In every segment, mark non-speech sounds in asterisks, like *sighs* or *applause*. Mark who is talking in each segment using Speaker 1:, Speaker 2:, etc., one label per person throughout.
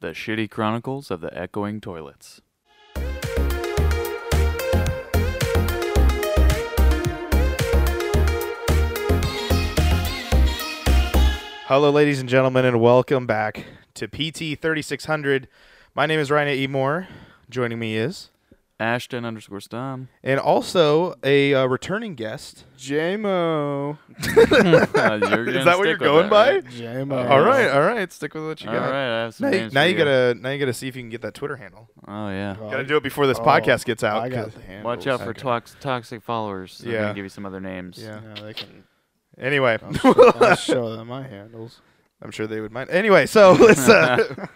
Speaker 1: The Shitty Chronicles of the Echoing Toilets.
Speaker 2: Hello, ladies and gentlemen, and welcome back to PT 3600. My name is Ryan E. Moore. Joining me is,
Speaker 1: Ashton underscore
Speaker 2: *laughs*
Speaker 1: Stom.
Speaker 2: and also a uh, returning guest.
Speaker 1: Uh,
Speaker 3: JMO.
Speaker 1: *laughs* you're
Speaker 2: Is
Speaker 1: gonna
Speaker 2: that what you're
Speaker 1: stick with
Speaker 2: going by?
Speaker 1: that,
Speaker 3: JMO.
Speaker 2: All right, all right. Stick with what you
Speaker 1: All
Speaker 2: got.
Speaker 1: right, I have some
Speaker 2: Now, you,
Speaker 1: names
Speaker 2: now
Speaker 1: for
Speaker 2: you gotta now you gotta see if you can get that Twitter handle.
Speaker 1: Oh yeah.
Speaker 2: Gotta do it before this
Speaker 3: Oh,
Speaker 2: podcast gets out.
Speaker 3: I got
Speaker 2: 'cause-
Speaker 3: the handles.
Speaker 1: Watch out for tox- toxic followers. I'm
Speaker 2: Yeah.
Speaker 1: gonna give you some other names. *laughs*
Speaker 2: Yeah. *laughs*
Speaker 3: Yeah, they can.
Speaker 2: Anyway,
Speaker 3: I'll show, I'll show them my handles.
Speaker 2: *laughs* I'm sure they would mind. Anyway, so *laughs* let's. Uh,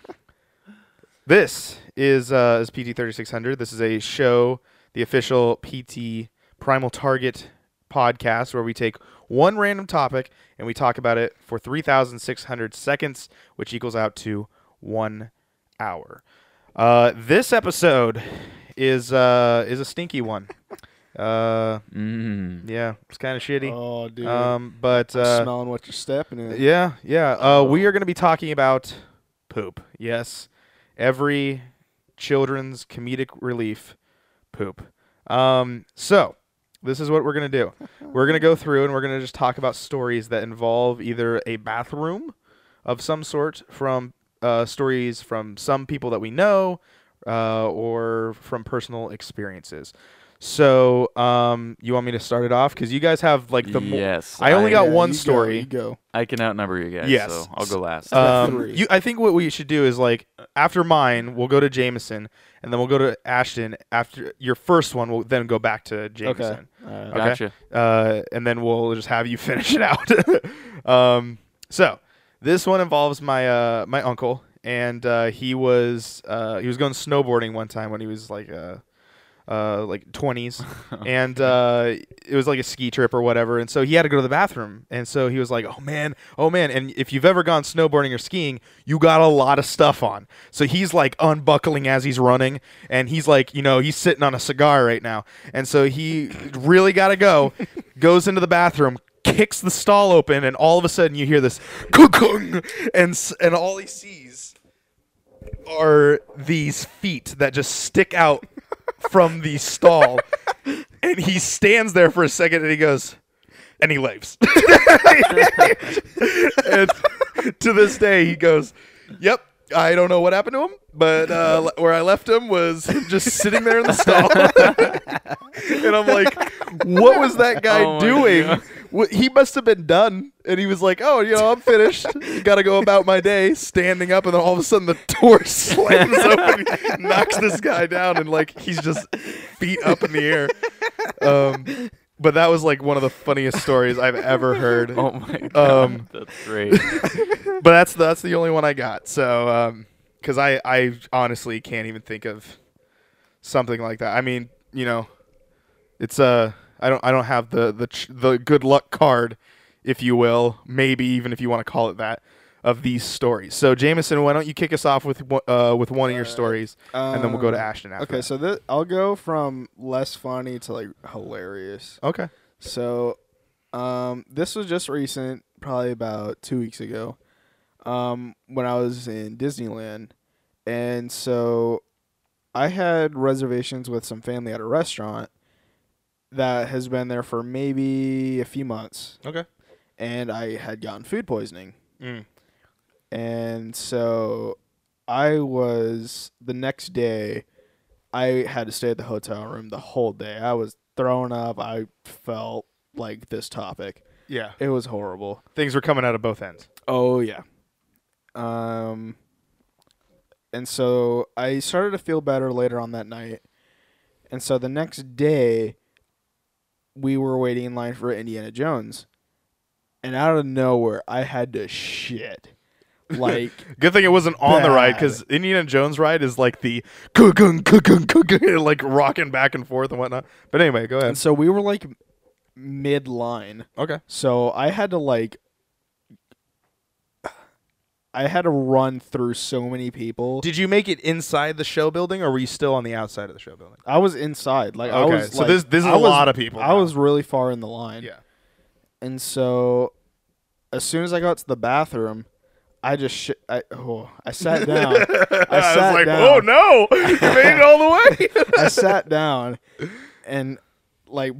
Speaker 2: this is uh, is PT thirty six hundred. This is a show, the official PT Primal Target podcast, where we take one random topic and we talk about it for three thousand six hundred seconds, which equals out to one hour. Uh, this episode is uh, is a stinky one. Uh,
Speaker 1: Mm.
Speaker 2: yeah, it's kind of shitty.
Speaker 3: Oh, dude.
Speaker 2: um, but
Speaker 3: I'm
Speaker 2: uh,
Speaker 3: smelling what you're stepping in.
Speaker 2: yeah, yeah. Uh, we are going to be talking about poop. Yes, every children's comedic relief, poop. Um, so this is what we're going to do. We're going to go through and we're going to just talk about stories that involve either a bathroom of some sort from uh, stories from some people that we know uh, or from personal experiences. So, um, you want me to start it off? Because you guys have like the mo-
Speaker 1: yes.
Speaker 2: I only got
Speaker 3: Yeah,
Speaker 2: one
Speaker 3: you go,
Speaker 2: story.
Speaker 3: you go.
Speaker 1: I can outnumber you guys.
Speaker 2: Yes.
Speaker 1: So I'll go last.
Speaker 3: That's
Speaker 2: Um,
Speaker 3: three.
Speaker 2: you, I think what we should do is like after mine, we'll go to Jameson, and then we'll go to Ashton. After your first one, we'll then go back to Jameson,
Speaker 3: All *laughs* right.
Speaker 2: okay.
Speaker 1: gotcha.
Speaker 2: uh, and then we'll just have you *laughs* finish it out. um, so this one involves my uh, my uncle, and uh, he was uh, he was going snowboarding one time when he was like uh, uh, like twenties, and uh, it was like a ski trip or whatever. And so he had to go to the bathroom, and so he was like, "Oh man, oh man!" And if you've ever gone snowboarding or skiing, you got a lot of stuff on. So he's like unbuckling as he's running, and he's like, you know, he's sitting on a cigar right now, and so he really gotta go. goes into the bathroom. Kicks the stall open, and all of a sudden you hear this, "Kung-kung," and s- and all he sees are these feet that just stick out from the stall. and he stands there for a second and he goes, and he leaves. and to this day, he goes, Yep, I don't know what happened to him, but uh, le- where I left him was him just sitting there in the stall. *laughs* and I'm like, What was that guy
Speaker 1: Oh my
Speaker 2: doing?
Speaker 1: God.
Speaker 2: Wh- He must have been done. And he was like, Oh, you know, I'm finished. Gotta go about my day, standing up. And then all of a sudden, the door *laughs* slams open, knocks this guy down, and like he's just feet up in the air. Um, but that was like one of the funniest stories I've ever heard. *laughs*
Speaker 1: Oh my god.
Speaker 2: um,
Speaker 1: That's
Speaker 2: *laughs*
Speaker 1: great.
Speaker 2: But that's that's the only one I got. So because I I honestly can't even think of something like that. I mean, you know, it's uh I don't I don't have the the ch- the good luck card, if you will, maybe even if you want to call it that, of these stories. So Jameson, why don't you kick us off with one- uh with one of your
Speaker 3: All right.
Speaker 2: stories, and then we'll go to
Speaker 3: Um,
Speaker 2: Ashton after.
Speaker 3: Okay,
Speaker 2: that.
Speaker 3: so this, I'll go from less funny to like hilarious.
Speaker 2: okay.
Speaker 3: So, um, this was just recent, probably about two weeks ago, um, when I was in Disneyland, and so I had reservations with some family at a restaurant that has been there for maybe a few months,
Speaker 2: Okay.
Speaker 3: and I had gotten food poisoning, and so I was the next day. I had to stay at the hotel room the whole day. I was thrown up. I felt like this topic.
Speaker 2: Yeah.
Speaker 3: It was horrible.
Speaker 2: Things were coming out of both ends.
Speaker 3: Oh yeah. Um and so I started to feel better later on that night. And so the next day we were waiting in line for Indiana Jones. And out of nowhere I had to *laughs* shit. Like
Speaker 2: Good thing it wasn't on the ride because Indiana Jones ride is like the cuckoo, cuckoo, cuckoo, *laughs* like rocking back and forth and whatnot. But anyway, go
Speaker 3: and
Speaker 2: ahead.
Speaker 3: so we were like mid line.
Speaker 2: Okay.
Speaker 3: So I had to like I had to run through so many people.
Speaker 2: Did you make it inside the show building, or were you still on the outside of the show building?
Speaker 3: I was inside. Like I
Speaker 2: Okay,
Speaker 3: was.
Speaker 2: so
Speaker 3: like-
Speaker 2: this- this is
Speaker 3: I
Speaker 2: a
Speaker 3: was-
Speaker 2: lot of people
Speaker 3: I
Speaker 2: now.
Speaker 3: was really far in the line.
Speaker 2: Yeah.
Speaker 3: And so, as soon as I got to the bathroom, I just sh- I oh
Speaker 2: *laughs*
Speaker 3: I sat down. I
Speaker 2: was
Speaker 3: sat
Speaker 2: like,
Speaker 3: down.
Speaker 2: oh no, *laughs* you made it all the way.
Speaker 3: I sat down and like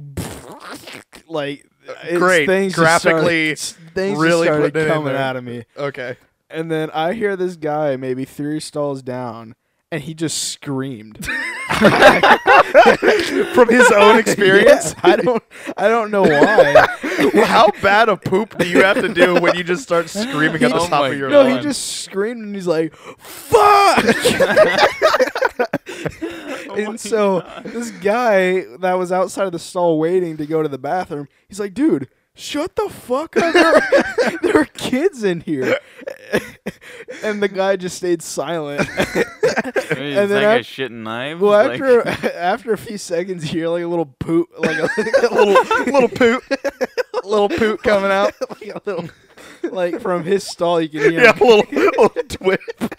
Speaker 3: *laughs* like it's
Speaker 2: Great.
Speaker 3: things just
Speaker 2: Graphically,
Speaker 3: started, things just
Speaker 2: really
Speaker 3: started
Speaker 2: putting it in
Speaker 3: coming
Speaker 2: there.
Speaker 3: out of me.
Speaker 2: *laughs* okay.
Speaker 3: And then I hear this guy maybe three stalls down and he
Speaker 2: *laughs*
Speaker 3: just screamed.
Speaker 2: From his *laughs* own experience,
Speaker 3: Yes, I don't I don't
Speaker 2: *laughs*
Speaker 3: know why.
Speaker 2: how bad a poop do you have to do when you just start screaming at the
Speaker 1: Oh
Speaker 2: top
Speaker 1: my
Speaker 2: of your
Speaker 1: God.
Speaker 3: no,
Speaker 2: lungs?
Speaker 3: he just screamed and he's like, "Fuck!" and so
Speaker 2: Oh
Speaker 3: this guy that was outside of the stall waiting to go to the bathroom, he's like, "Dude, shut the fuck up! There are, *laughs* there are kids in here." *laughs* and the guy just stayed silent. *laughs*
Speaker 1: Hey,
Speaker 3: And
Speaker 1: is
Speaker 3: then
Speaker 1: that guy
Speaker 3: af-
Speaker 1: shitting knives?
Speaker 3: well,
Speaker 1: Like- *laughs*
Speaker 3: after *laughs* after a few seconds, you hear like a little poop, like a, a *laughs* little
Speaker 2: *laughs* little poop, *laughs* little poop coming *laughs* out.
Speaker 3: like a little like from his stall. You can hear
Speaker 2: Yeah, a little, little twip.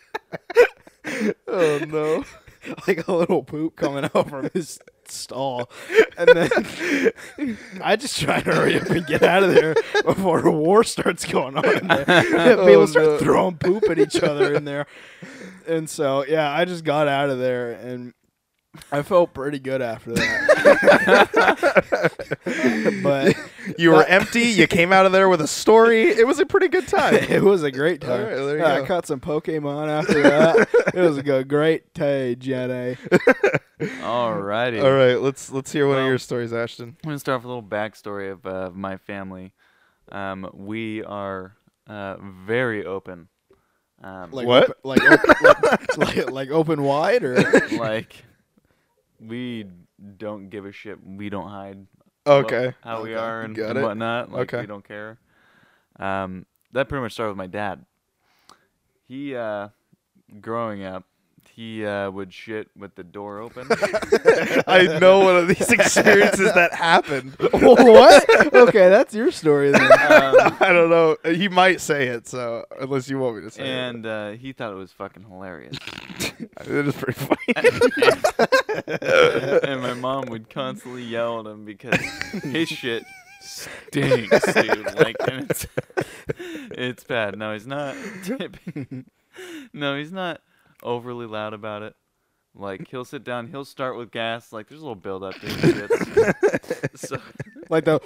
Speaker 3: *laughs* oh no like a little poop coming out from his stall and then *laughs* i just try to hurry up and get out of there before a war starts going on
Speaker 2: *laughs*
Speaker 3: in there. people
Speaker 2: Oh,
Speaker 3: start
Speaker 2: no.
Speaker 3: throwing poop at each other in there and so yeah i just got out of there and i felt pretty good after that
Speaker 2: *laughs*
Speaker 3: but
Speaker 2: You were empty. You came out of there with a story. It was a pretty good time.
Speaker 3: *laughs* it was a great time.
Speaker 2: All right, there you
Speaker 3: Yeah,
Speaker 2: go.
Speaker 3: I caught some Pokemon after that.
Speaker 2: *laughs*
Speaker 3: it was a go- great day, Jedi.
Speaker 1: Alrighty.
Speaker 2: All right, let's let's hear one of
Speaker 1: Well-
Speaker 2: your stories, Ashton.
Speaker 1: I'm gonna start with a little backstory of uh, my family. Um, we are uh, very open. Um,
Speaker 2: *laughs*
Speaker 3: Like
Speaker 2: What?
Speaker 3: Open, *laughs* like, op- like, like like open
Speaker 2: *laughs*
Speaker 3: wide or
Speaker 1: like, we don't give a shit. We don't hide. what-
Speaker 2: Okay.
Speaker 1: how we
Speaker 3: Okay.
Speaker 1: are and,
Speaker 2: Got
Speaker 1: and
Speaker 2: it.
Speaker 1: whatnot. Like
Speaker 2: Okay.
Speaker 1: we don't care. Um, that pretty much started with my dad. He, uh, growing up, he uh, would shit with the door
Speaker 2: *laughs*
Speaker 1: open.
Speaker 2: *laughs* I know one of these experiences that happened.
Speaker 3: what? Okay, that's your story then.
Speaker 1: um,
Speaker 2: I don't know. He might say it, so unless you want me to say
Speaker 1: and uh, he thought it was fucking hilarious.
Speaker 2: it, *laughs* it is
Speaker 1: *laughs*
Speaker 2: pretty funny.
Speaker 1: and my mom would constantly yell at him
Speaker 2: *laughs*
Speaker 1: because his shit stinks, dude. Like, and it's, it's bad. No, he's not. *laughs* typ- no, he's not overly loud about it. Like, he'll sit down. He'll start with gas. Like, there's a little buildup to his shit. so,
Speaker 3: Like the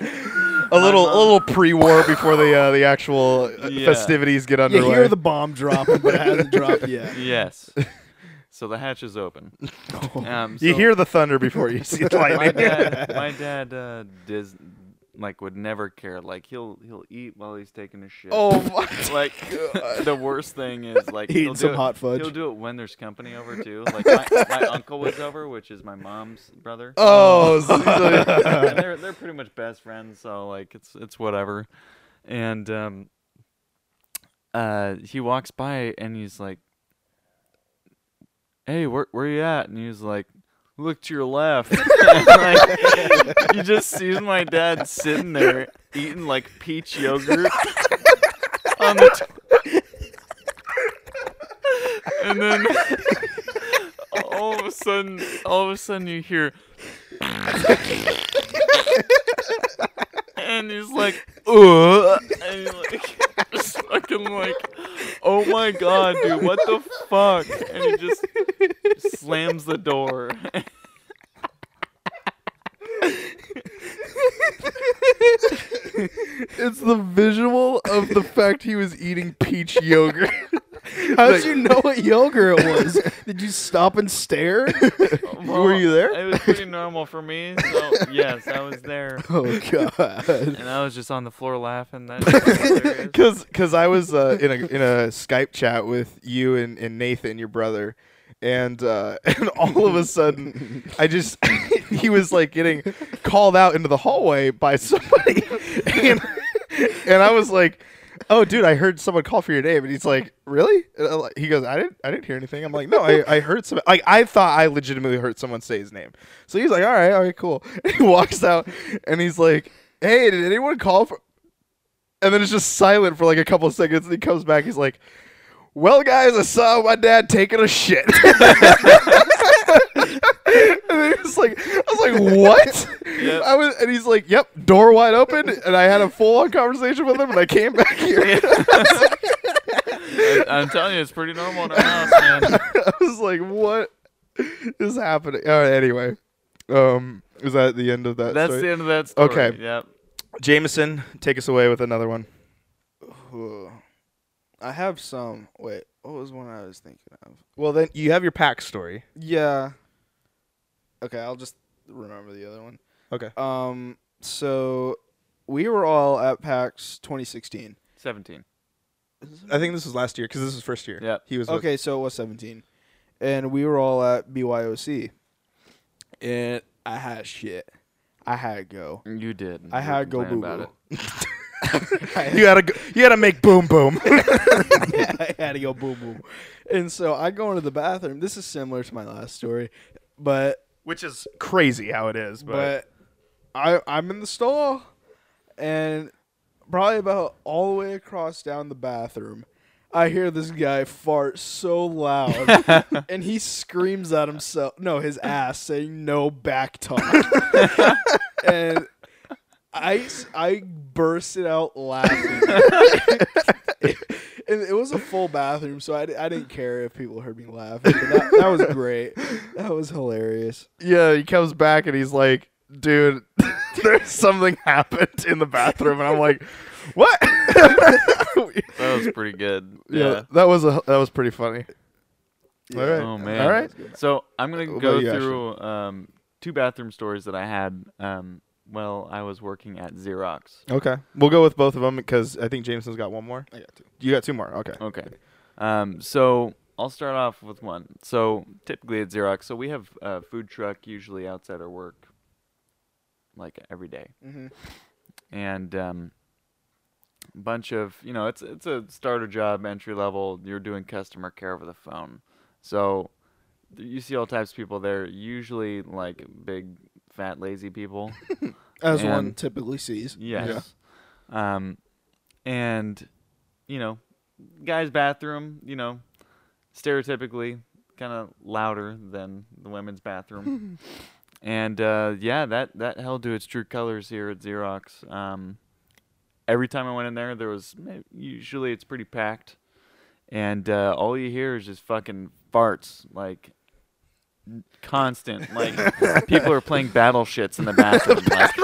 Speaker 2: *laughs* a little, a
Speaker 1: mom-
Speaker 2: little pre-war before the uh, the actual uh,
Speaker 1: uh, *laughs* Yeah.
Speaker 2: festivities get
Speaker 3: you
Speaker 2: underway.
Speaker 3: hear the bomb dropping, but it hasn't dropped
Speaker 2: *laughs*
Speaker 3: yet.
Speaker 1: yes. So the hatch is open. Um,
Speaker 2: You
Speaker 1: so-
Speaker 2: hear the thunder before you see
Speaker 3: *laughs*
Speaker 2: the
Speaker 1: my
Speaker 2: lightning.
Speaker 1: dad, my dad uh, does like would never care. Like he'll he'll eat while he's taking a shit.
Speaker 2: oh my!
Speaker 1: *laughs* like the worst thing is like
Speaker 3: Eating
Speaker 1: he'll do
Speaker 3: some
Speaker 1: it-
Speaker 3: hot fudge.
Speaker 1: He'll do it when there's company over too. Like my,
Speaker 3: *laughs*
Speaker 1: my uncle was over, which is my mom's brother.
Speaker 2: Oh,
Speaker 1: *laughs*
Speaker 2: so- *laughs*
Speaker 1: and they're they're pretty much best friends, so like it's it's whatever. And um, uh, he walks by and he's like, "Hey, where where you at?" And he's like, "Look to your left." *laughs* And, like, you just sees my dad sitting there eating like peach yogurt on the. T- and then *laughs* all of a sudden, all of a sudden, you hear and he's like, Ugh. and he's like, *laughs* just fucking like, oh my god, dude, what the fuck? And he just slams the door. *laughs*
Speaker 2: it's the visual of the fact he was eating peach
Speaker 3: *laughs*
Speaker 2: yogurt.
Speaker 3: How
Speaker 2: Like-
Speaker 3: did you know what yogurt it was? Did you stop and
Speaker 2: *laughs*
Speaker 3: stare?
Speaker 1: Well,
Speaker 2: you there?
Speaker 1: It was pretty normal for me, so yes, I was there,
Speaker 3: Oh god.
Speaker 1: and I was just on the floor laughing. That shit was *laughs* hilarious.
Speaker 2: Cause, cause I was uh, in a in a Skype chat with you and, and Nathan, your brother, and uh, *laughs* and all of a sudden, I just *laughs* he was like getting called out into the hallway by somebody, *laughs* and and I was like, oh dude, I heard someone call for your name, and he's like, really? And I'm like- he goes, I didn't I didn't hear anything. I'm like, no, I, I heard some. Like I thought I legitimately heard someone say his name. So he's like, all right, all right, cool. *laughs* And he walks out, and he's like, hey, did anyone call for? And then it's just silent for like a couple of seconds. And he comes back. He's like, "Well, guys, I saw my dad taking a shit." *laughs* and then he was like, "I was like, what?"
Speaker 1: Yep.
Speaker 2: I was, and he's like, "Yep, door wide open." And I had a full on conversation with him, and I came back here.
Speaker 1: I, I'm telling you, it's pretty normal in our house,
Speaker 2: *laughs*
Speaker 1: man.
Speaker 2: *laughs* I was like, what is happening? All right, anyway. Um, is that the end of that?
Speaker 1: That's
Speaker 2: story?
Speaker 1: the end of that story.
Speaker 2: Okay.
Speaker 1: Yep.
Speaker 2: Jameson, take us away with another one.
Speaker 3: Ugh. I have some. Wait, what was one I was thinking of?
Speaker 2: Well, then you have your pack story.
Speaker 3: Yeah. Okay, I'll just remember the other one.
Speaker 2: Okay.
Speaker 3: Um. So we were all at PAX 2016.
Speaker 1: 17.
Speaker 2: I think this was last year because this was first year.
Speaker 1: Yep.
Speaker 2: He was with-
Speaker 3: Okay, so it was 17, and we were all at BYOC, and I had shit. I had to go.
Speaker 1: You did. You
Speaker 3: I
Speaker 1: were
Speaker 3: had to go
Speaker 1: complaining
Speaker 3: boo
Speaker 1: about it.
Speaker 3: boo.
Speaker 2: *laughs*
Speaker 1: *laughs*
Speaker 3: *laughs*
Speaker 2: you gotta go, you gotta make boom boom. *laughs*
Speaker 3: I *laughs* had to go boo boo, and so I go into the bathroom. This is similar to my last story, but
Speaker 2: Which is crazy how it is, but,
Speaker 3: but I I'm in the stall, and probably about all the way across down the bathroom, I hear this guy fart so loud, and he screams at himself, no, his ass, saying no back talk, and. I, s- I bursted out laughing. *laughs* and it was a full bathroom, so I, di- I didn't care if people heard me laughing. But that, that was great. That was hilarious.
Speaker 2: yeah, he comes back and he's like, dude, *laughs* there's something happened in the bathroom, and I'm like,
Speaker 3: *laughs*
Speaker 2: what? *laughs*
Speaker 1: That was pretty good.
Speaker 2: yeah,
Speaker 1: Yeah.
Speaker 2: that was a that was pretty funny. All right,
Speaker 1: Oh, man.
Speaker 2: all right.
Speaker 1: So I'm going to
Speaker 2: What
Speaker 1: go
Speaker 2: about you, Ashton?
Speaker 1: through um, two bathroom stories that I had um, while I was working at Xerox.
Speaker 2: Okay, we'll go with both of them because I think Jameson's got one more.
Speaker 3: I got two.
Speaker 2: You got two more. *laughs* Okay.
Speaker 1: Okay. Um, so I'll start off with one. So typically at Xerox, so we have a food truck usually outside our work, like every day.
Speaker 3: Mm-hmm.
Speaker 1: and um, bunch of you know it's it's a starter job entry level you're doing customer care over the phone so th- you see all types of people there usually like big fat lazy people
Speaker 3: As
Speaker 1: And-
Speaker 3: one typically sees.
Speaker 1: yes um and you know guys bathroom you know stereotypically kind of louder than the women's bathroom and uh, yeah that that held to its true colors here at xerox um, every time i went in there there was may- usually it's pretty packed and uh, all you hear is just fucking farts like constant like people are playing battleships in the bathroom like,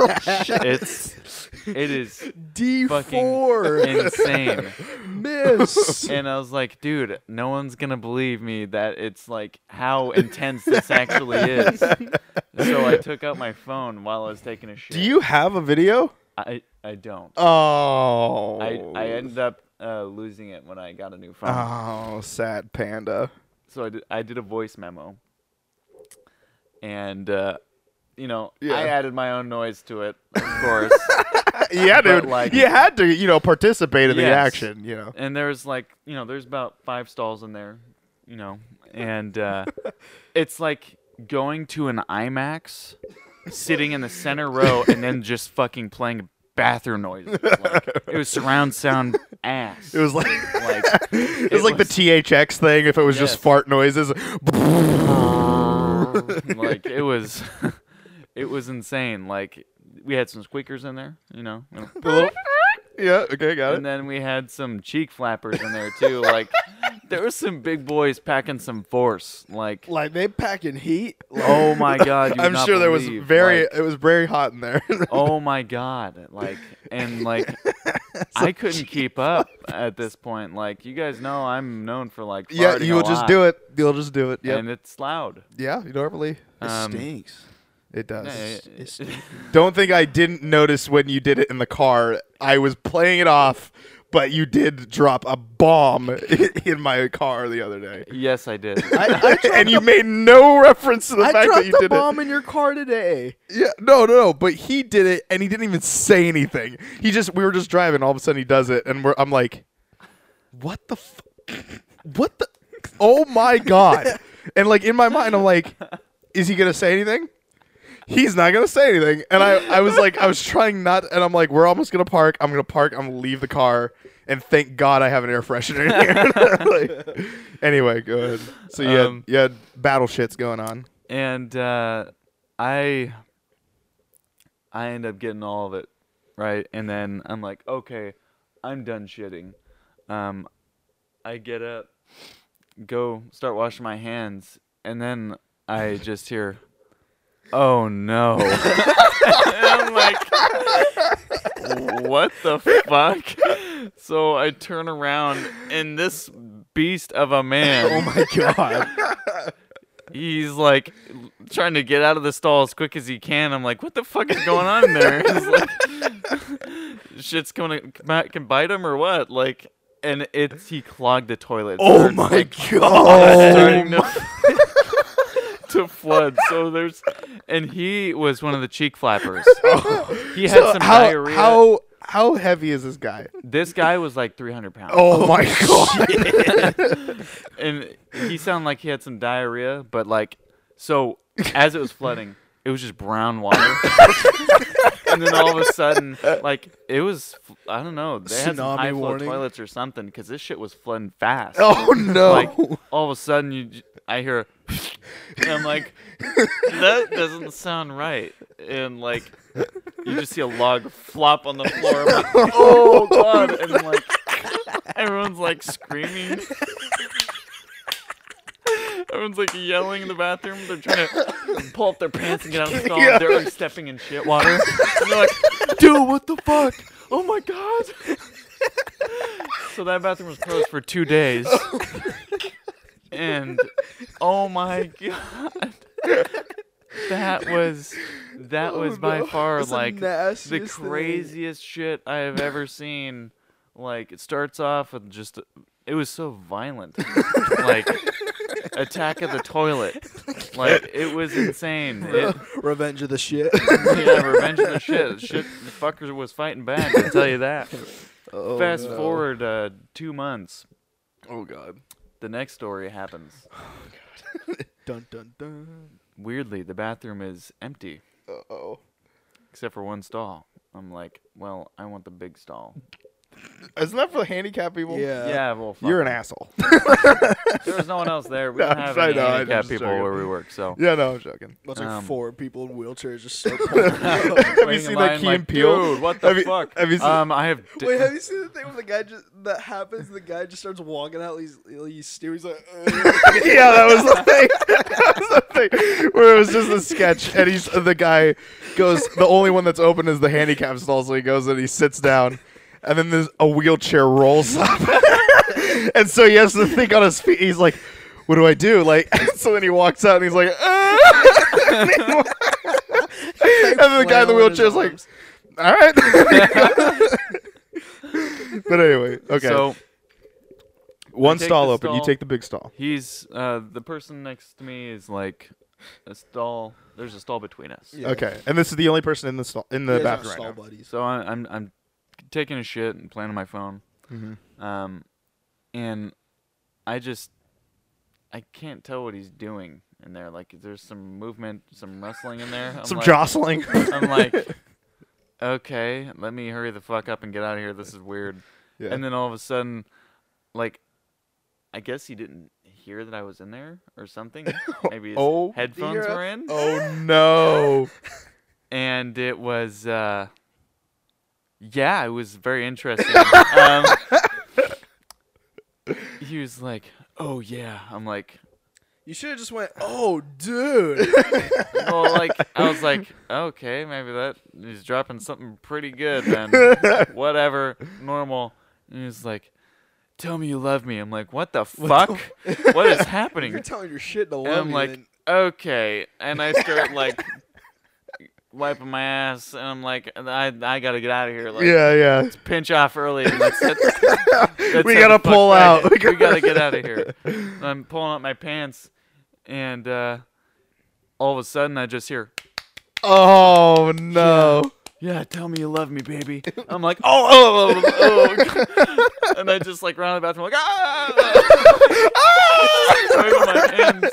Speaker 1: it's it is
Speaker 3: D
Speaker 1: fucking
Speaker 2: *laughs*
Speaker 3: four
Speaker 1: insane
Speaker 3: miss.
Speaker 1: and I was like, dude, no one's gonna believe me that it's like how intense this actually is. so I took out my phone while I was taking a shit.
Speaker 2: Do you have a video?
Speaker 1: I I don't.
Speaker 2: Oh.
Speaker 1: I I ended up uh, losing it when I got a new phone.
Speaker 2: Oh, sad panda.
Speaker 1: So I did I did a voice memo, and uh, you know
Speaker 2: Yeah.
Speaker 1: I added my own noise to it,
Speaker 2: *laughs*
Speaker 1: of course.
Speaker 2: yeah,
Speaker 1: *laughs* But,
Speaker 2: dude.
Speaker 1: like-
Speaker 2: you had to, you know, participate in the
Speaker 1: Yes.
Speaker 2: action. You know.
Speaker 1: and there's like you know there's about five stalls in there you know and
Speaker 2: *laughs*
Speaker 1: uh, it's like going to an imax sitting in the center row and then just fucking playing bathroom noises like, it was surround sound ass
Speaker 2: It was
Speaker 1: *laughs*
Speaker 2: like
Speaker 1: like
Speaker 2: *laughs* it was like the THX thing. If it was just
Speaker 1: Yes.
Speaker 2: fart noises. *laughs*
Speaker 1: like it was *laughs* it was insane like we had some squeakers in there you know and a little-
Speaker 2: yeah. Okay. Got
Speaker 1: And then we had some cheek flappers in there too. Like there were some big boys packing some force. Like
Speaker 3: like they packing heat. Like,
Speaker 1: oh my god, you would
Speaker 2: I'm
Speaker 1: not
Speaker 2: sure there was
Speaker 1: believe,
Speaker 2: very.
Speaker 1: like,
Speaker 2: it was very hot in there.
Speaker 1: oh my god, like and like I couldn't keep up at this point. Like you guys know, I'm known for like
Speaker 2: *laughs* yeah.
Speaker 1: farting
Speaker 2: You
Speaker 1: a
Speaker 2: will just
Speaker 1: lot,
Speaker 2: do it. You'll just do it. Yeah.
Speaker 1: and it's loud.
Speaker 2: yeah. You normally.
Speaker 3: it
Speaker 1: Um,
Speaker 3: stinks.
Speaker 2: It does. *laughs*
Speaker 1: yeah,
Speaker 3: It's-
Speaker 1: yeah,
Speaker 2: Don't think I didn't notice when you did it in the car. I was playing it off, but you did drop a bomb *laughs* in my car the other day.
Speaker 1: yes, I
Speaker 2: *laughs*
Speaker 1: did.
Speaker 3: I, I,
Speaker 2: and you made no reference to the
Speaker 3: I
Speaker 2: fact
Speaker 3: dropped
Speaker 2: that you
Speaker 3: the
Speaker 2: did
Speaker 3: bomb in your car
Speaker 2: *laughs* it.
Speaker 3: today.
Speaker 2: Yeah, no, no, no. But he did it, and he didn't even say anything. He just we were just driving. All of a sudden, he does it, and we're, I'm like, "What the? F- what the? Oh my *laughs* god!" and like in my mind, I'm like, "Is he gonna say anything?" He's not gonna say anything, and I, I was like, I was trying not, and I'm like, we're almost gonna park. I'm gonna park. I'm gonna leave the car, and thank God I have an air freshener in here. *laughs* Like, anyway, go ahead. So yeah,
Speaker 1: Um,
Speaker 2: yeah, battle shits going on.
Speaker 1: and uh, I I end up getting all of it right, and then I'm like, okay, I'm done shitting. Um, I get up, go start washing my hands, and then I just hear, "Oh no!" *laughs* and I'm like, "What the fuck?" So I turn around, and this beast of a man.
Speaker 2: Oh my god.
Speaker 1: He's like trying to get out of the stall as quick as he can. I'm like, what the fuck is going on there? *laughs* He's like, shit's gonna c- can bite him or what? Like, and it's he clogged the toilet. It
Speaker 2: oh
Speaker 1: started,
Speaker 2: my
Speaker 1: like,
Speaker 2: god.
Speaker 1: *laughs* starting
Speaker 2: Oh *laughs*
Speaker 1: to, to flood. So there's, and he was one of the cheek
Speaker 2: *laughs*
Speaker 1: flappers. Oh, He had
Speaker 2: So
Speaker 1: some
Speaker 2: how,
Speaker 1: diarrhea.
Speaker 2: how how heavy is this
Speaker 1: *laughs*
Speaker 2: guy?
Speaker 1: This guy was like 300 pounds.
Speaker 2: Oh my god.
Speaker 1: *laughs*
Speaker 2: *laughs*
Speaker 1: and he sounded like he had some diarrhea, but like, so as it was flooding, it was just brown water. *laughs* and then all of a sudden, like, it was, I don't know, they had
Speaker 3: Tsunami
Speaker 1: some high flow
Speaker 3: warning.
Speaker 1: toilets or something because this shit was flooding fast.
Speaker 2: Oh no.
Speaker 1: Like, all of a sudden, you, j- I hear, *laughs* and I'm like, that doesn't sound right. And like, you just see a log flop on the floor. I'm like, oh god! And like, everyone's like screaming. Everyone's like yelling in the bathroom. They're trying to pull up their pants and get out of the stall.
Speaker 2: Yeah.
Speaker 1: They're like stepping in shit water. And they're like, dude, what the
Speaker 3: *laughs*
Speaker 1: fuck? Oh my god! *laughs* So that bathroom was closed for two days. *laughs* and oh my god. That was that was by far like Oh the craziest shit I have ever seen. Like it starts off with just it was so violent. like attack of the toilet. Like it was insane. It,
Speaker 3: Revenge of the shit.
Speaker 2: *laughs*
Speaker 1: yeah, revenge of the shit. Shit the fucker was fighting back, I'll tell you that.
Speaker 3: Oh,
Speaker 1: Fast
Speaker 3: no.
Speaker 1: forward uh, two months,
Speaker 2: Oh god.
Speaker 1: the next story happens.
Speaker 3: Dun dun dun.
Speaker 1: Weirdly, the bathroom is empty
Speaker 2: Uh-oh.
Speaker 1: except for one stall. I'm like, well, I want the big stall.
Speaker 2: Isn't that for handicapped people?
Speaker 3: Yeah.
Speaker 1: yeah, well, fuck
Speaker 2: Uh, You're an
Speaker 1: it.
Speaker 2: asshole. *laughs*
Speaker 1: There was no one else there. We
Speaker 2: No,
Speaker 1: don't
Speaker 2: I'm
Speaker 1: have
Speaker 2: sorry,
Speaker 1: any
Speaker 2: no, I'm
Speaker 1: handicapped
Speaker 2: just
Speaker 1: people
Speaker 2: joking.
Speaker 1: where we work, so.
Speaker 2: yeah, no, I'm joking.
Speaker 3: That's like
Speaker 1: Um,
Speaker 3: four people in wheelchairs just so
Speaker 2: *laughs*
Speaker 3: Wait,
Speaker 2: Have you
Speaker 1: Waiting in
Speaker 2: seen that
Speaker 1: line,
Speaker 2: Key
Speaker 1: like,
Speaker 2: and Peele?
Speaker 1: Dude, what the
Speaker 2: Have you-
Speaker 1: fuck?
Speaker 2: have you seen-
Speaker 1: um, I have. d-
Speaker 3: have you seen the thing where the guy just that happens? The guy just starts walking out. He's he's stupid. He's like, "Uh."
Speaker 2: yeah, that was the thing. *laughs* That was the thing where it was just a sketch, and he's the guy goes. The only one that's open is the handicap stall, so he goes and he sits down, and then there's a wheelchair rolls up, *laughs* and so he has to think on his feet. He's like, "What do I do?" Like, *laughs* so then he walks out and he's like, "Uh," *laughs* and he wa- *laughs* and then the guy in the
Speaker 3: flailing his
Speaker 2: wheelchair's like,
Speaker 3: arms.
Speaker 2: "All right." *laughs* but anyway, okay.
Speaker 1: So
Speaker 2: one
Speaker 1: I take
Speaker 2: stall
Speaker 1: the
Speaker 2: open. You
Speaker 1: stall.
Speaker 2: take the big stall.
Speaker 1: he's uh, the person next to me is like a stall. There's a stall between us.
Speaker 3: Yeah.
Speaker 2: Okay, and this is the only person in the stall in
Speaker 3: You
Speaker 2: the
Speaker 3: guys aren't
Speaker 2: bathroom right
Speaker 3: stall
Speaker 2: now.
Speaker 3: buddies.
Speaker 1: So I, I'm I'm taking a shit and playing on my phone.
Speaker 2: Mm-hmm.
Speaker 1: Um, and I just I can't tell what he's doing in there. Like there's some movement, some wrestling in there. I'm
Speaker 2: Some
Speaker 1: like, *laughs*
Speaker 2: jostling.
Speaker 1: I'm like, okay, let me hurry the fuck up and get out of here. This is weird.
Speaker 2: Yeah.
Speaker 1: And then all of a sudden, like, I guess he didn't hear that I was in there or
Speaker 2: *laughs*
Speaker 1: something. Maybe his
Speaker 2: Oh,
Speaker 1: headphones
Speaker 2: dear.
Speaker 1: were in.
Speaker 2: oh
Speaker 1: *laughs*
Speaker 2: no!
Speaker 1: and it was uh yeah it was very interesting
Speaker 3: *laughs*
Speaker 1: um, he was like oh yeah i'm like
Speaker 3: You should have just went, "Oh, dude."
Speaker 2: *laughs*
Speaker 1: well like i was like okay maybe that he's dropping something pretty good then whatever normal and he was like tell me you love me i'm like what the fuck
Speaker 3: *laughs*
Speaker 1: what is happening
Speaker 3: You're telling your shit to
Speaker 1: And
Speaker 3: love
Speaker 1: I'm
Speaker 3: me,
Speaker 1: like,
Speaker 3: then-
Speaker 1: okay. And I start like wiping my ass, and I'm like, I I gotta get out of here. Like,
Speaker 2: yeah, yeah.
Speaker 1: pinch off early. And like,
Speaker 2: *laughs*
Speaker 1: set, set
Speaker 2: We
Speaker 1: the
Speaker 2: gotta
Speaker 1: fuck
Speaker 2: pull
Speaker 1: back.
Speaker 2: out.
Speaker 1: We gotta get out of here. And I'm pulling up my pants, and uh, all of a sudden I just hear,
Speaker 2: Oh no! *laughs*
Speaker 1: "Yeah, tell me you love me, baby." I'm like, "Oh, oh, oh, oh,
Speaker 2: *laughs*
Speaker 1: oh." and I just like run out of the bathroom like, "Ah!" *laughs* waving my hands,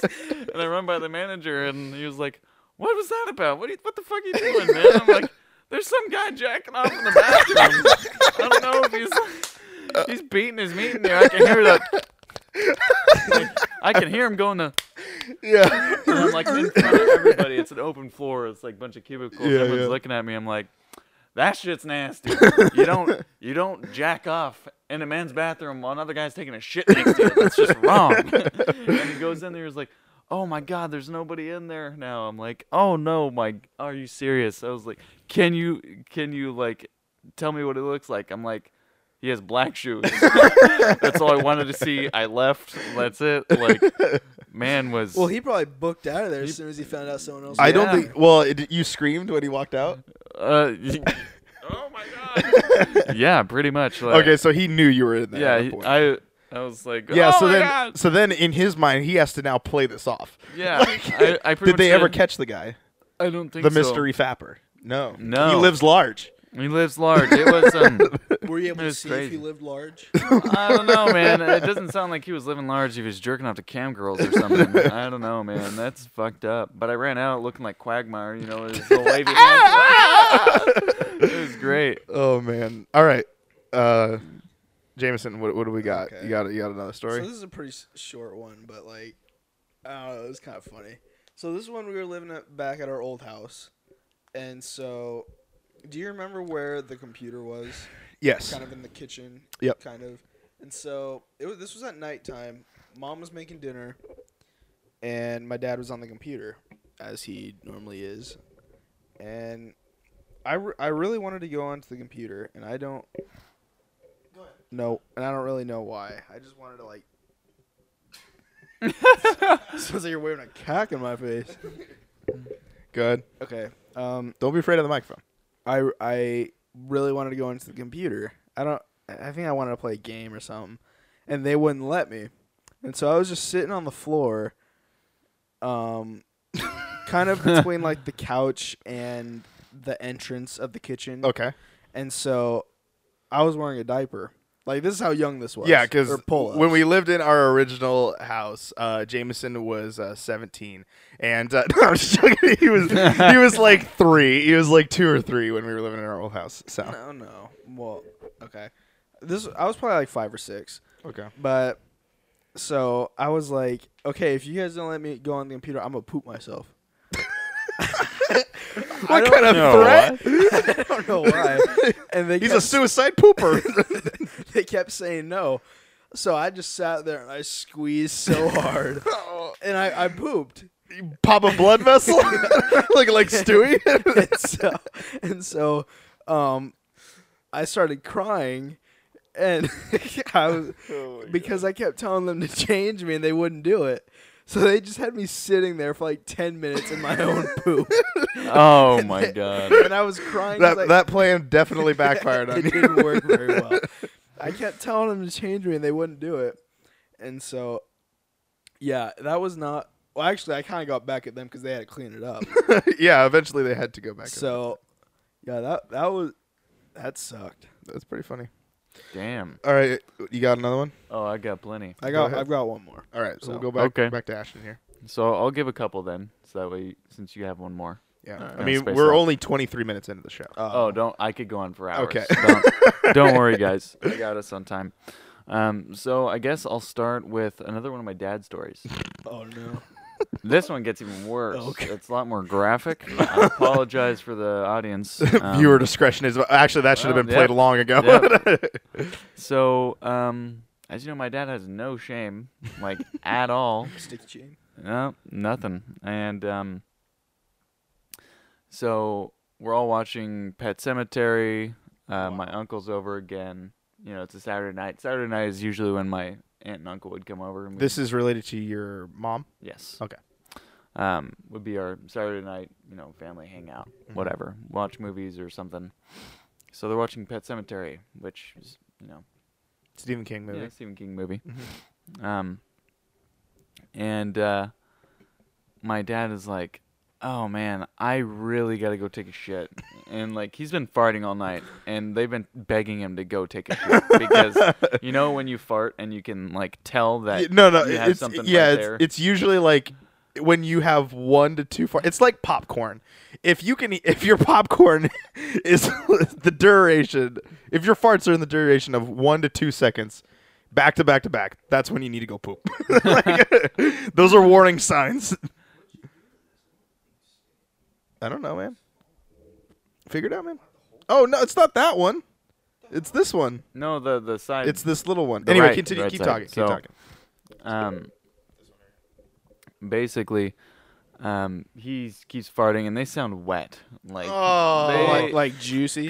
Speaker 1: and I run by the manager, and he was like, "What was that about? What, are you, what the fuck are you doing, man?" I'm like, "There's some guy jacking off in the bathroom. I don't know if he's he's beating his meat in there. I can hear that. Like, I can hear him going to."
Speaker 2: Yeah.
Speaker 1: And
Speaker 2: *laughs*
Speaker 1: I'm like in front of everybody. It's an open floor. It's like a bunch of cubicles.
Speaker 2: Yeah,
Speaker 1: Everyone's
Speaker 2: yeah.
Speaker 1: looking at me. I'm like, That shit's nasty. you
Speaker 2: *laughs*
Speaker 1: don't you don't jack off in a man's bathroom while another guy's taking a shit next to you. That's
Speaker 2: *laughs*
Speaker 1: just wrong. *laughs* and he goes in there, he's like, Oh my god, there's nobody in there now. I'm like, Oh no, my are you serious? I was like, Can you can you like tell me what it looks like? I'm like, he has black shoes. *laughs* That's all I wanted to see. I left. That's it. Like, man was
Speaker 4: Well, he probably booked out of there
Speaker 1: He-
Speaker 4: as soon as he found out someone else.
Speaker 2: I
Speaker 4: was-
Speaker 2: don't
Speaker 1: Yeah.
Speaker 2: think. Well, it, you screamed when he walked out.
Speaker 1: Uh, *laughs* oh my god. yeah, pretty much. Like,
Speaker 2: Okay, so he knew you were in there.
Speaker 1: Yeah,
Speaker 2: at
Speaker 1: he-
Speaker 2: that point.
Speaker 1: I I was like,
Speaker 2: yeah.
Speaker 1: oh
Speaker 2: so
Speaker 1: my
Speaker 2: then,
Speaker 1: God.
Speaker 2: *laughs* so then, in his mind, he has to now play this off.
Speaker 1: yeah.
Speaker 2: Like,
Speaker 1: I, I pretty
Speaker 2: *laughs* did they
Speaker 1: much
Speaker 2: ever
Speaker 1: did.
Speaker 2: catch the guy,
Speaker 1: I don't think
Speaker 2: the
Speaker 1: so.
Speaker 2: mystery fapper? No,
Speaker 1: No.
Speaker 2: He lives large.
Speaker 1: He lives large. It was
Speaker 2: *laughs*
Speaker 1: um,
Speaker 4: Were you able
Speaker 1: It
Speaker 4: to
Speaker 1: was
Speaker 4: see if
Speaker 1: crazy.
Speaker 4: he lived large?
Speaker 1: I don't know, man. It doesn't sound like he was living large. If he was jerking off to cam girls or
Speaker 2: *laughs*
Speaker 1: something. I don't know, man. That's fucked up. But I ran out looking like Quagmire. You know, his little
Speaker 2: *laughs*
Speaker 1: wavy hands. *laughs* it was great.
Speaker 2: Oh man. All right. Uh, Jameson, what, what do we got?
Speaker 4: Okay.
Speaker 2: You got you got another
Speaker 4: So
Speaker 2: story?
Speaker 4: this is a pretty s- short one, but like, I don't know, it was kind of funny. So this is when we were living at, back at our old house, and so, do you remember where the computer was?
Speaker 2: yes.
Speaker 4: Kind of in the kitchen.
Speaker 2: Yep.
Speaker 4: Kind of, and so it was. This was at nighttime. Mom was making dinner, and my dad was on the computer, as he normally is, and
Speaker 3: I, re- I really wanted to go onto the computer, and I don't.
Speaker 4: Go ahead.
Speaker 3: No, and I don't really know why. I just wanted to like. *laughs* Sounds like you're waving a cack in my face.
Speaker 2: Good.
Speaker 3: Okay. Um,
Speaker 2: Don't be afraid of the microphone.
Speaker 3: I I really wanted to go into the computer. I don't. I think I wanted to play a game or something, and they wouldn't let me. And so I was just sitting on the floor,
Speaker 2: *laughs*
Speaker 3: um, kind of between like the couch and the entrance of the kitchen.
Speaker 2: Okay.
Speaker 3: And so I was wearing a diaper. Like this is how young this was.
Speaker 2: Yeah, because
Speaker 3: Or pull-ups.
Speaker 2: when we lived in our original house, uh, Jameson was uh, 17, and uh, *laughs* no, I'm just joking. He was he
Speaker 4: *laughs*
Speaker 2: was like three. He was like two or three when we were living in our old house. So *laughs*
Speaker 3: No, no. Well, okay. This I was probably like five or six,
Speaker 2: okay,
Speaker 3: but so I was like, okay, if you guys don't let me go on the computer, I'm gonna poop myself. *laughs*
Speaker 2: what kind of
Speaker 1: know.
Speaker 2: threat?
Speaker 3: I don't know why. And they
Speaker 2: He's a
Speaker 3: kept,
Speaker 2: suicide
Speaker 4: *laughs*
Speaker 2: pooper.
Speaker 3: they kept saying no, so I just sat there and I squeezed so
Speaker 2: *laughs*
Speaker 3: hard, and I, I pooped. *laughs*
Speaker 2: Pop a
Speaker 4: *laughs*
Speaker 2: blood vessel, *laughs* like like Stewie.
Speaker 3: and so, and so, um, I started crying, and *laughs* I was because I kept telling them to *laughs* change me, and they wouldn't do it. So they just had me sitting there for like ten minutes in my
Speaker 2: *laughs*
Speaker 3: own poop,
Speaker 1: Oh my god.
Speaker 3: and I was crying. 'cause
Speaker 2: that
Speaker 3: I-
Speaker 2: that plan definitely *laughs* backfired on
Speaker 3: *laughs* it
Speaker 2: you.
Speaker 3: didn't work very well. I kept telling them to change me, and they wouldn't do it. And so, yeah, that was not. Well, actually, I kind of got back at them because they had to clean
Speaker 2: *laughs*
Speaker 3: it up.
Speaker 2: *laughs* yeah, eventually they had to go back.
Speaker 3: so, yeah, that that was that sucked.
Speaker 2: that's pretty funny.
Speaker 1: Damn.
Speaker 2: All right, you got another one.
Speaker 1: Oh, I got plenty.
Speaker 3: I
Speaker 2: Go
Speaker 3: got.
Speaker 2: ahead.
Speaker 3: I've got one more.
Speaker 2: All right, so,
Speaker 3: So,
Speaker 2: we'll go back
Speaker 1: okay.
Speaker 2: back to Ashton here.
Speaker 1: So I'll give a couple then, so that way since you have one more.
Speaker 2: Yeah,
Speaker 1: right.
Speaker 2: I
Speaker 1: Yeah,
Speaker 2: mean
Speaker 1: space
Speaker 2: we're
Speaker 1: out.
Speaker 2: only 23 minutes into *laughs* the show.
Speaker 3: uh,
Speaker 1: Oh, don't. I could go on for hours.
Speaker 2: Um, Okay.
Speaker 1: Don't,
Speaker 2: *laughs*
Speaker 1: don't worry, guys. I got us on time. Um, so I guess I'll start with another one of my dad's stories.
Speaker 4: oh no,
Speaker 1: This one gets even worse.
Speaker 4: Okay.
Speaker 1: It's a lot more graphic. I apologize for the audience. Um,
Speaker 2: *laughs* Viewer discretion is actually that should have
Speaker 1: well,
Speaker 2: been played
Speaker 1: yeah.
Speaker 2: long ago. *laughs*
Speaker 1: So, um, as you know, my dad has no shame, like at all.
Speaker 4: sticky chain.
Speaker 1: No, nothing. And um, so we're all watching Pet Cemetery. Uh, My uncle's over again. You know, it's a Saturday night. Saturday night is usually when my aunt and uncle would come over. And we'd-
Speaker 2: this is related to your mom.
Speaker 1: yes,
Speaker 2: Okay.
Speaker 1: um, would be our Saturday night, you know, family hangout,
Speaker 2: Mm-hmm.
Speaker 1: whatever, watch movies or something. So they're watching Pet Cemetery, which is, you know,
Speaker 2: Stephen King movie. Mm-hmm.
Speaker 1: yeah, Stephen King movie. Um, and uh, my dad is like, "Oh man, I really gotta go take a shit," and like he's been farting all night, and they've been begging him to go take a
Speaker 2: *laughs*
Speaker 1: shit because you know when you fart and you can like tell
Speaker 2: Y-
Speaker 1: that
Speaker 2: No, no,
Speaker 1: you have
Speaker 2: it's,
Speaker 1: something
Speaker 2: yeah,
Speaker 1: right
Speaker 2: it's,
Speaker 1: there.
Speaker 2: it's usually like when you have one to two far. It's like popcorn. If you can, e, if your *laughs* popcorn is *laughs* the duration, if your farts are in the duration of one to two seconds, back to back to back, that's when you need to go poop. *laughs* Like, those are warning signs. I don't know, man. Figure it out, man. Oh no, it's not that one. It's this one.
Speaker 1: No, the the side.
Speaker 2: It's this little one.
Speaker 1: The
Speaker 2: anyway,
Speaker 1: right-
Speaker 2: continue.
Speaker 1: the right
Speaker 2: keep
Speaker 1: side.
Speaker 2: talking. Keep
Speaker 1: So-
Speaker 2: talking.
Speaker 1: um, basically, um, he keeps farting and they sound wet, like
Speaker 2: Oh,
Speaker 1: they-
Speaker 3: like, like juicy.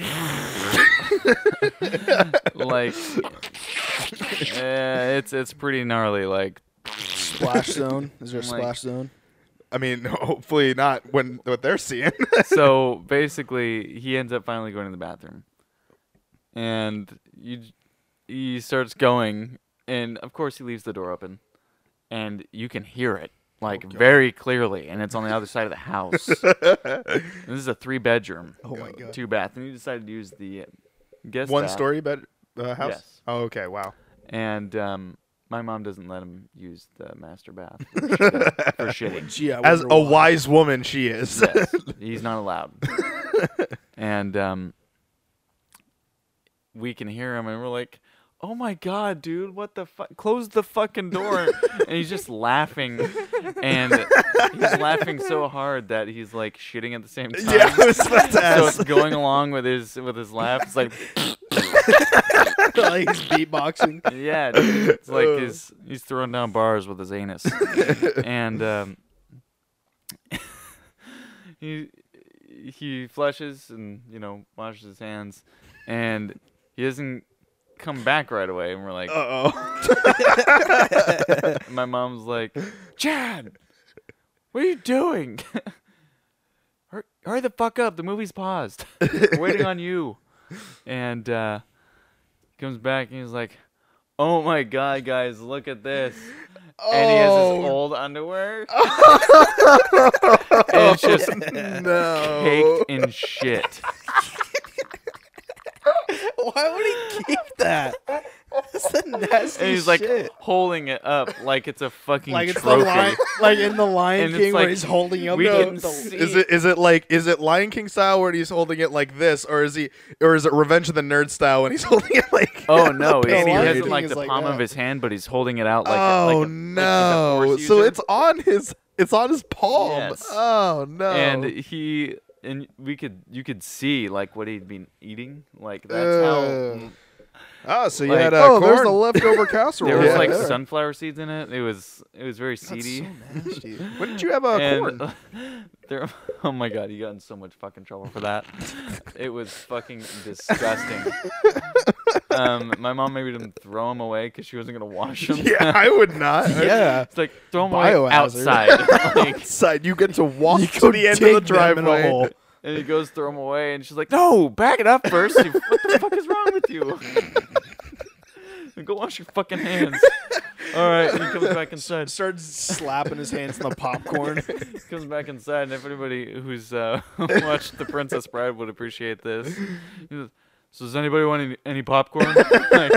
Speaker 4: *laughs*
Speaker 1: *laughs* like eh, it's it's pretty gnarly. Like
Speaker 4: *laughs* Splash zone. Is there a
Speaker 1: Like-
Speaker 4: splash zone?
Speaker 2: *laughs* I mean, hopefully not when what they're seeing. *laughs*
Speaker 1: so,
Speaker 4: *laughs*
Speaker 1: basically, he ends up finally going to the bathroom, and you he starts going, and of course he leaves the door open, and you can hear it like
Speaker 4: Oh,
Speaker 1: very clearly, and it's on the other side of the
Speaker 4: *laughs*
Speaker 1: house. And this is a three bedroom,
Speaker 4: Oh my god.
Speaker 1: two bath, and you decided to use the guest
Speaker 2: one
Speaker 1: bath.
Speaker 2: story bed uh, house.
Speaker 1: Yes.
Speaker 2: Oh, okay. Wow.
Speaker 1: and um, my mom doesn't let him use the master
Speaker 4: *laughs*
Speaker 1: bath for shitting. for shitting.
Speaker 4: Gee, I
Speaker 2: As
Speaker 4: wonder
Speaker 2: a
Speaker 4: why.
Speaker 2: wise woman, she is.
Speaker 1: Yes, *laughs* he's not allowed. and um, we can hear him, and we're like, "Oh my god, dude, what the fuck? Close the fucking door!" and he's just laughing, and he's laughing so hard that he's like shitting at the same time.
Speaker 2: *laughs* yeah, I was
Speaker 1: *laughs*
Speaker 2: about to
Speaker 1: So
Speaker 2: ask.
Speaker 1: it's going along with his with his laugh. It's like,
Speaker 4: like he's beatboxing.
Speaker 1: yeah, dude. it's like his he's throwing down bars with his anus, and um, *laughs* he he flushes and you know washes his hands, and he doesn't come back right away, and we're like, *laughs*
Speaker 2: Uh-oh.
Speaker 1: my mom's
Speaker 4: *laughs*
Speaker 1: like, Chad, what are you doing? *laughs* Hur- Hurry the fuck up. The movie's paused. *laughs* We're waiting on you. And uh, he comes back and he's like, oh my God, guys, look at this. And he has his
Speaker 4: Oh. *laughs*
Speaker 1: old underwear. and it's just
Speaker 2: no.
Speaker 1: caked in shit.
Speaker 4: *laughs* Why would he keep that? That's the nasty
Speaker 1: And he's like
Speaker 4: shit.
Speaker 1: holding it up like it's a fucking
Speaker 4: like it's the
Speaker 1: trophy.
Speaker 4: lion, like in the Lion
Speaker 1: And it's
Speaker 4: King where
Speaker 1: like,
Speaker 4: he's holding up
Speaker 1: we
Speaker 4: the,
Speaker 1: didn't
Speaker 4: the-
Speaker 1: see-
Speaker 2: Is it is it like is it Lion King style where he's holding it like this, or is he or is it Revenge of the Nerd style when he's *laughs* holding it like?
Speaker 1: *laughs* Oh no, he,
Speaker 4: panty
Speaker 1: he
Speaker 4: line
Speaker 1: hasn't
Speaker 4: thing
Speaker 1: like
Speaker 4: is
Speaker 1: the
Speaker 4: like
Speaker 1: palm of
Speaker 4: that.
Speaker 1: his hand, but he's holding it out like.
Speaker 2: oh
Speaker 1: a, like a, like
Speaker 2: no!
Speaker 1: Like a force
Speaker 2: so
Speaker 1: user.
Speaker 2: it's on his it's on his palm.
Speaker 1: Yes.
Speaker 2: Oh no!
Speaker 1: and he and we could you could see like what he'd been eating like that's how
Speaker 2: Ugh. oh, so you
Speaker 1: Like-
Speaker 2: had a
Speaker 3: oh,
Speaker 2: corn.
Speaker 3: there's the
Speaker 2: *laughs*
Speaker 3: leftover casserole.
Speaker 1: there was
Speaker 2: Yeah.
Speaker 1: like
Speaker 2: Yeah.
Speaker 1: sunflower seeds in it. It was it was very seedy.
Speaker 2: When did you have a
Speaker 1: and
Speaker 2: *laughs* corn?
Speaker 1: *laughs* there, oh my god, he got in so much fucking trouble for that. it was fucking disgusting. um, my mom made him throw him away because she wasn't gonna wash him.
Speaker 2: *laughs* yeah, I would not.
Speaker 4: yeah.
Speaker 1: it's like throw him away
Speaker 4: Biohazard.
Speaker 1: outside. *laughs* like,
Speaker 2: Side, you get to walk to
Speaker 4: Go
Speaker 2: the end of the
Speaker 4: dig them in a
Speaker 2: driveway.
Speaker 4: hole.
Speaker 1: And he goes throw him away, and she's like, "No, back it up first. You, what the fuck is wrong with you? *laughs* Go wash your fucking hands." All right, and he comes back inside.
Speaker 4: Starts slapping his hands in the popcorn.
Speaker 1: He comes back inside, and if anybody who's uh, *laughs* watched The Princess Bride would appreciate this. He goes, so does anybody want any, any popcorn? *laughs* Like,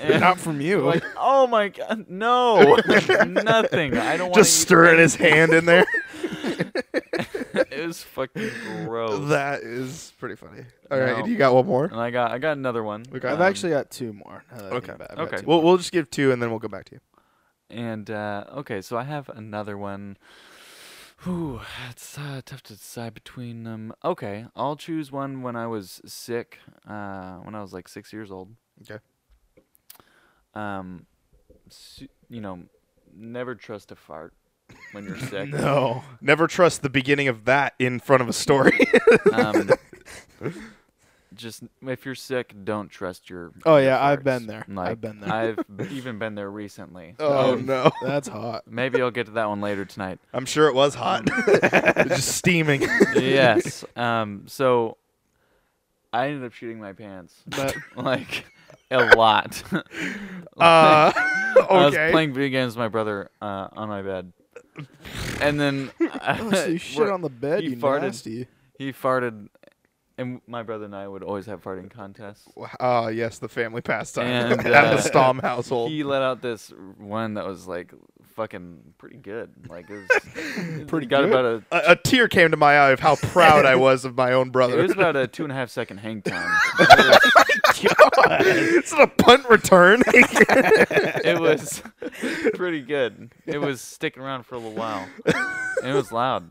Speaker 1: and
Speaker 4: Not from you.
Speaker 1: like, oh my god, no, nothing. I
Speaker 2: *laughs*
Speaker 1: don't want
Speaker 2: *laughs* Just stirring his hand in *laughs* there.
Speaker 1: It was fucking gross.
Speaker 2: that is pretty funny. All right,
Speaker 1: No.
Speaker 2: and you got one more.
Speaker 1: and I got, I got another one.
Speaker 2: We
Speaker 4: *laughs*
Speaker 2: got-
Speaker 4: I've
Speaker 1: Um,
Speaker 4: actually got two more. now that I think
Speaker 2: Okay.
Speaker 4: about it. I've got
Speaker 1: Okay.
Speaker 4: two
Speaker 2: We'll we'll just give two, and then we'll go back to you.
Speaker 1: And uh, okay, so I have another one. Whew, it's uh, tough to decide between them. Okay, I'll choose one when I was sick, uh, when I was like six years old.
Speaker 2: Okay.
Speaker 1: Um, su- you know, never trust a fart
Speaker 4: *laughs*
Speaker 1: when you're sick.
Speaker 2: No. Never trust the beginning of that in front of a story. *laughs*
Speaker 1: um, just if you're sick, don't trust your.
Speaker 4: Oh,
Speaker 1: your
Speaker 4: yeah, I've
Speaker 1: farts.
Speaker 4: been there. I've
Speaker 1: Like,
Speaker 4: been there. *laughs*
Speaker 1: I've even been there recently.
Speaker 2: oh
Speaker 1: Um,
Speaker 2: no.
Speaker 4: That's hot.
Speaker 1: Maybe I'll get to that one later tonight.
Speaker 2: I'm sure it was *laughs* hot. It was just steaming.
Speaker 1: yes. Um. So, I ended up shooting my pants,
Speaker 4: But
Speaker 1: *laughs* like a lot.
Speaker 2: *laughs*
Speaker 1: *laughs*
Speaker 2: *laughs* Uh,
Speaker 1: I was
Speaker 2: okay.
Speaker 1: playing video games with my brother uh, on my bed, and then
Speaker 4: *laughs* oh, so you shit
Speaker 1: we're-
Speaker 4: on the bed,
Speaker 1: you
Speaker 4: you,
Speaker 1: farted.
Speaker 4: nasty.
Speaker 1: he farted, and my brother and I would always have farting contests.
Speaker 2: Oh yes, the family pastime *laughs*
Speaker 1: And,
Speaker 2: at
Speaker 1: uh,
Speaker 2: the Stom household.
Speaker 1: He let out this one that was like fucking pretty good. Like it
Speaker 4: *laughs*
Speaker 1: was pretty got about a
Speaker 2: a, a tear came to my eye of how proud I was of my own
Speaker 1: *laughs* it
Speaker 2: brother.
Speaker 1: was about a two and a half second
Speaker 4: *laughs*
Speaker 1: hang time.
Speaker 2: *laughs* it's a punt return.
Speaker 1: *laughs*
Speaker 2: *laughs*
Speaker 3: *laughs*
Speaker 1: it was pretty good. It was sticking around for a little while. And it was loud.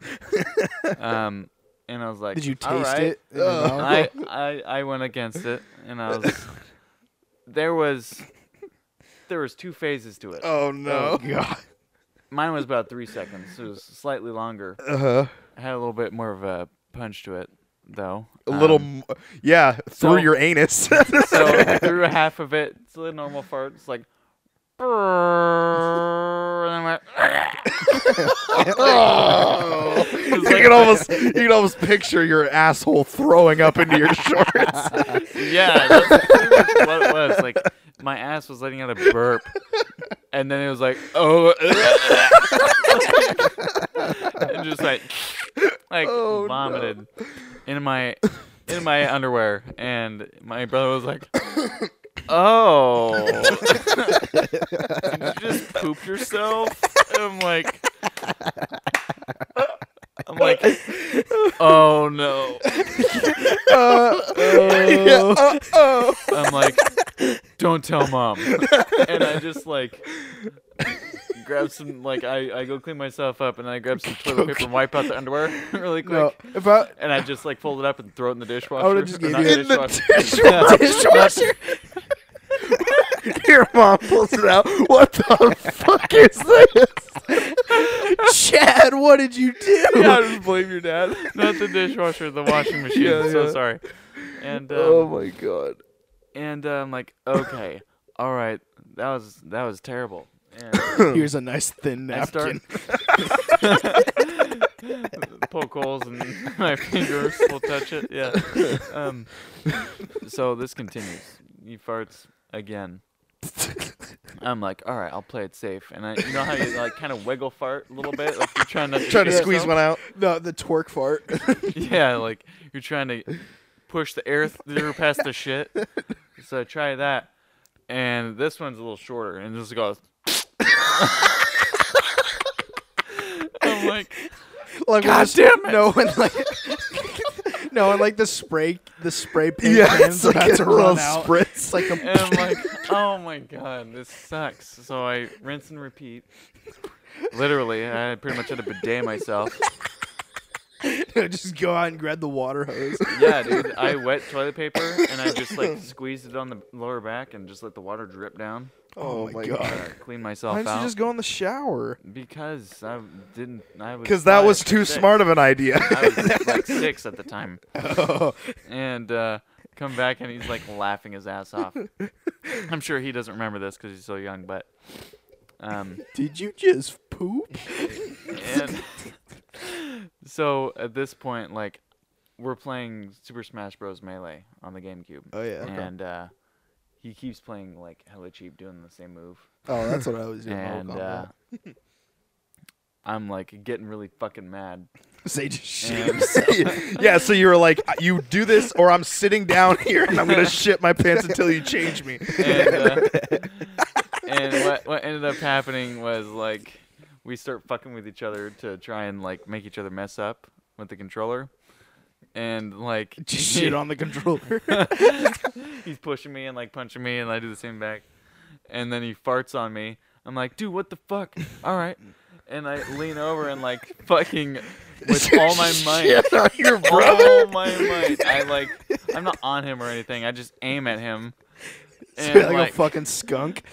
Speaker 1: Um, and I was like,
Speaker 3: Did you taste
Speaker 1: "All right."
Speaker 3: it? in your
Speaker 4: Ugh. *laughs*
Speaker 3: mouth?
Speaker 1: I, I I went against it, and I was. there was, there was two phases to it.
Speaker 4: Oh no.
Speaker 2: God.
Speaker 1: Mine was about three seconds. It was slightly longer.
Speaker 2: Uh huh.
Speaker 1: I had a little bit more of a punch to it, though.
Speaker 2: A little,
Speaker 1: Um,
Speaker 2: m- yeah,
Speaker 1: so-
Speaker 2: through your anus.
Speaker 1: *laughs*
Speaker 2: *laughs*
Speaker 1: so I threw a half of it. It's a normal fart. It's like. "Brrr," And I went, *laughs*
Speaker 2: oh. You
Speaker 1: It's like-
Speaker 2: can almost, you can almost picture your asshole throwing up
Speaker 1: *laughs*
Speaker 2: into your shorts.
Speaker 1: yeah, that's pretty much what it was. Like my ass was letting out a burp, and then it was like,
Speaker 2: *laughs*
Speaker 1: oh,
Speaker 2: Uh,
Speaker 1: *laughs* and just
Speaker 2: *laughs*
Speaker 1: like, like
Speaker 2: Oh, no.
Speaker 1: vomited in my in my underwear, and my brother was like, oh, *laughs* Did you just poop yourself? And I'm like. *laughs* I'm like, oh no. Oh.
Speaker 2: Yeah.
Speaker 1: I'm like, don't tell mom. And I just like grab some like I, I go clean myself up and I grab some toilet paper and wipe out the underwear *laughs* really quick.
Speaker 3: no, if I
Speaker 1: And I just like fold it up and throw it in the dishwasher.
Speaker 3: I would've just
Speaker 1: or
Speaker 3: gave
Speaker 1: not
Speaker 3: you
Speaker 1: the
Speaker 3: a- In
Speaker 2: the
Speaker 1: dishwasher.
Speaker 2: *laughs* dishwasher. Your mom pulls it out. What the fuck is this?
Speaker 3: Chad, what did you do?
Speaker 1: Yeah, I just blame your dad. Not the dishwasher, the washing machine.
Speaker 2: Yeah,
Speaker 1: I'm so
Speaker 2: yeah.
Speaker 1: sorry. And um,
Speaker 2: Oh my god.
Speaker 1: and uh, I'm like, okay, all right, that was that was terrible. And
Speaker 2: *laughs*
Speaker 3: Here's a nice thin
Speaker 1: I start
Speaker 3: napkin.
Speaker 1: *laughs* poke holes and my fingers will touch it. Yeah.
Speaker 2: *laughs*
Speaker 1: Um, so this continues. He farts again. I'm like, all right, I'll play it safe. And I, you know how you like kind of wiggle fart a little bit, like you're trying not to *laughs*
Speaker 2: Trying to
Speaker 1: shit
Speaker 2: squeeze
Speaker 1: yourself?
Speaker 2: one out.
Speaker 3: *laughs* No, the twerk fart. *laughs*
Speaker 1: yeah, like you're trying to push the air through past the
Speaker 2: *laughs*
Speaker 1: shit. So I try that, and this one's a little shorter, and it just goes. *laughs* I'm like,
Speaker 3: like
Speaker 1: God
Speaker 3: when this-
Speaker 1: damn it.
Speaker 3: No one like No one like *laughs* the spray
Speaker 2: *laughs*
Speaker 3: the spray paint
Speaker 2: Yeah,
Speaker 3: can's
Speaker 2: it's like
Speaker 3: about
Speaker 2: a
Speaker 3: to
Speaker 2: little
Speaker 3: run out. It's
Speaker 2: spritz.
Speaker 3: like a *laughs*
Speaker 1: and I'm like, oh my god, this sucks. So I rinse and repeat. Literally, I pretty much had to bidet myself.
Speaker 3: just go out and grab the
Speaker 2: *laughs*
Speaker 3: water hose.
Speaker 1: Yeah, dude, I wet toilet paper and I just like squeezed it on the lower back and just let the water drip down.
Speaker 2: Oh my
Speaker 1: Uh,
Speaker 2: god.
Speaker 1: clean myself
Speaker 2: Why didn't
Speaker 1: out.
Speaker 2: you just go in the shower?
Speaker 1: Because I w- didn't. I was
Speaker 2: Because that
Speaker 1: five
Speaker 2: was
Speaker 1: or
Speaker 2: too
Speaker 1: six.
Speaker 2: smart of an idea.
Speaker 1: I was
Speaker 2: *laughs*
Speaker 1: like six at the time,
Speaker 2: Oh.
Speaker 1: and uh, come back and he's like laughing his ass
Speaker 2: *laughs*
Speaker 1: off. I'm sure he doesn't remember this because he's so young, but um,
Speaker 3: Did you just poop? *laughs*
Speaker 2: *laughs*
Speaker 1: and so at this point, like we're playing Super Smash Bros. Melee on the GameCube,
Speaker 3: Oh yeah.
Speaker 1: and uh, he keeps playing like hella cheap, doing the same move.
Speaker 3: Oh, that's what I was doing.
Speaker 1: and uh, *laughs* I'm like getting really fucking mad.
Speaker 2: *laughs*
Speaker 3: Say just shit.
Speaker 1: And
Speaker 2: yeah, so you were like, you do this or I'm sitting down *laughs* here and I'm going to shit my pants until you change me.
Speaker 1: and,
Speaker 2: *laughs*
Speaker 3: *laughs*
Speaker 1: uh, and what, what ended up happening was like we start fucking with each other to try and like make each other mess up with the controller and like
Speaker 3: *laughs* Just
Speaker 1: *laughs*
Speaker 3: shit on the controller.
Speaker 1: he's pushing me and like punching me and i do the same back and then he farts on me i'm like dude what the fuck all right and i lean over and like fucking with
Speaker 3: *laughs*
Speaker 1: all my might
Speaker 2: Shit on your brother?
Speaker 1: all my might i like i'm not on him or anything i just aim at him and
Speaker 3: *laughs* like, a fucking *laughs* skunk.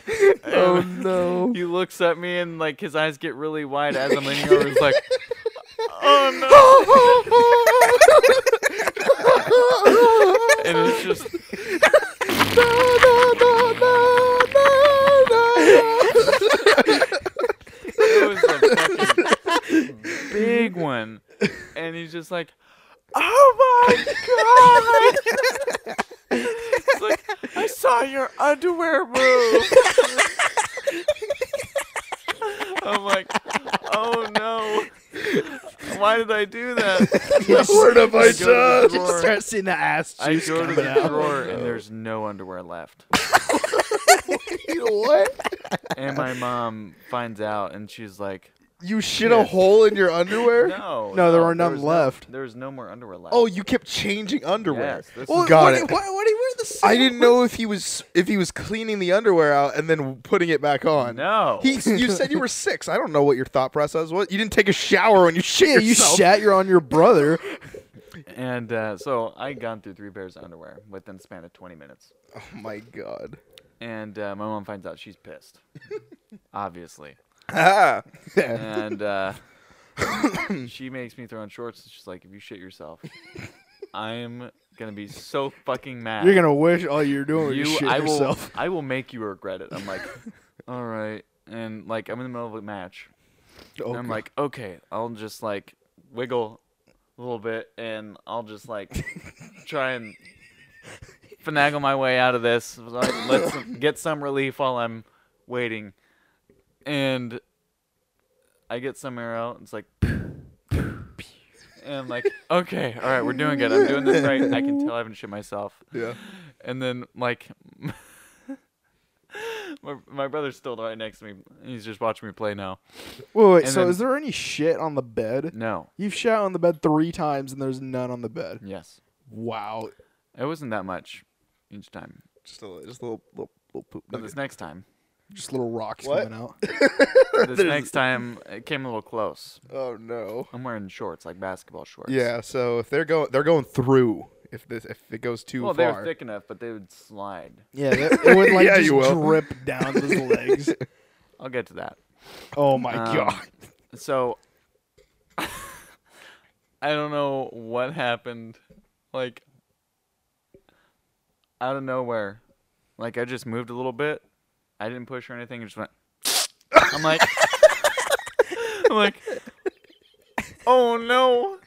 Speaker 1: oh
Speaker 3: no. *laughs*
Speaker 1: He looks at me and like his eyes get really wide as I'm leaning over. He's like, "Oh no!" and it's just it was a fucking big one, and he's just like, "Oh my god!" It's like I saw your underwear move. I'm like, "Oh no! Why did I do that?"
Speaker 2: What have I
Speaker 1: Just go to the
Speaker 2: done?
Speaker 1: drawer.
Speaker 3: Start seeing the ass
Speaker 1: I
Speaker 3: juice
Speaker 1: go to
Speaker 3: coming
Speaker 1: the
Speaker 3: out.
Speaker 2: *laughs*
Speaker 3: Oh.
Speaker 1: drawer and there's no underwear left.
Speaker 2: What?
Speaker 1: And my mom finds out and she's like,
Speaker 2: *laughs* You shit a hole in your underwear?
Speaker 1: "No,
Speaker 3: No, there are none
Speaker 1: was
Speaker 3: left.
Speaker 1: No, there was no more underwear left."
Speaker 2: Oh, you kept changing underwear.
Speaker 1: Yes, this
Speaker 2: Well,
Speaker 1: is-
Speaker 2: got
Speaker 4: what,
Speaker 2: it.
Speaker 4: What, what do you wear the same?
Speaker 2: I didn't know if he was if he was cleaning the underwear out and then putting it back
Speaker 1: *laughs*
Speaker 2: on.
Speaker 1: no.
Speaker 2: He, you said you were six. I don't know what your thought process was. You didn't take a shower when you shit
Speaker 3: Yeah, you
Speaker 2: yourself.
Speaker 3: shat. You're on your brother.
Speaker 1: And uh, so I gone through three pairs of underwear within the span of 20 minutes.
Speaker 2: Oh my god.
Speaker 1: And uh, my mom finds out she's
Speaker 3: *laughs*
Speaker 1: pissed, obviously.
Speaker 2: Ah.
Speaker 1: And
Speaker 3: *laughs*
Speaker 1: uh, she makes me throw on shorts. And she's like, if you shit yourself, I'm going to be so fucking mad.
Speaker 3: You're gonna wish all you're doing was
Speaker 1: you,
Speaker 3: shit
Speaker 1: I
Speaker 3: yourself.
Speaker 1: Will, I will make you regret it. I'm like, all right. And like, I'm in the middle of a match.
Speaker 3: Oh,
Speaker 1: and I'm
Speaker 3: God.
Speaker 1: like, okay, I'll just like wiggle a little bit and I'll just like try and finagle my way out of this. Like, let's get some relief while I'm waiting. And I get some arrow. It's like, and I'm like, okay, all right, we're doing good. I'm doing this right. I can tell I haven't shit myself.
Speaker 2: Yeah.
Speaker 1: And then like, *laughs* my my brother's still right next to me. He's just watching me play now.
Speaker 3: *laughs* Wait, wait.
Speaker 1: and
Speaker 3: So
Speaker 1: then-
Speaker 3: is there any shit on the bed?
Speaker 1: No.
Speaker 3: You've shot on the bed three times and there's none on the bed.
Speaker 1: Yes.
Speaker 3: Wow.
Speaker 1: It wasn't that much each time.
Speaker 2: Just a little, just a little, little, little poop.
Speaker 1: But this next
Speaker 2: *laughs*
Speaker 1: time,
Speaker 3: Just little rocks
Speaker 2: What?
Speaker 3: coming out.
Speaker 1: this next time, it came a little close.
Speaker 2: Oh no.
Speaker 1: I'm wearing shorts, like basketball shorts.
Speaker 2: Yeah. So if they're going, they're going through. If this, if it goes too
Speaker 1: Well, they
Speaker 2: far.
Speaker 1: were thick enough, but they would slide.
Speaker 3: *laughs* Yeah, that, it would like
Speaker 2: Yeah,
Speaker 3: just
Speaker 2: you will.
Speaker 3: drip down his *laughs* legs.
Speaker 1: I'll get to that.
Speaker 3: Oh my
Speaker 1: Um,
Speaker 3: god.
Speaker 1: So, *laughs* I don't know what happened. Like, out of nowhere, like I just moved a little bit. I didn't push or anything. I just went. *laughs* I'm like, I'm like, oh no,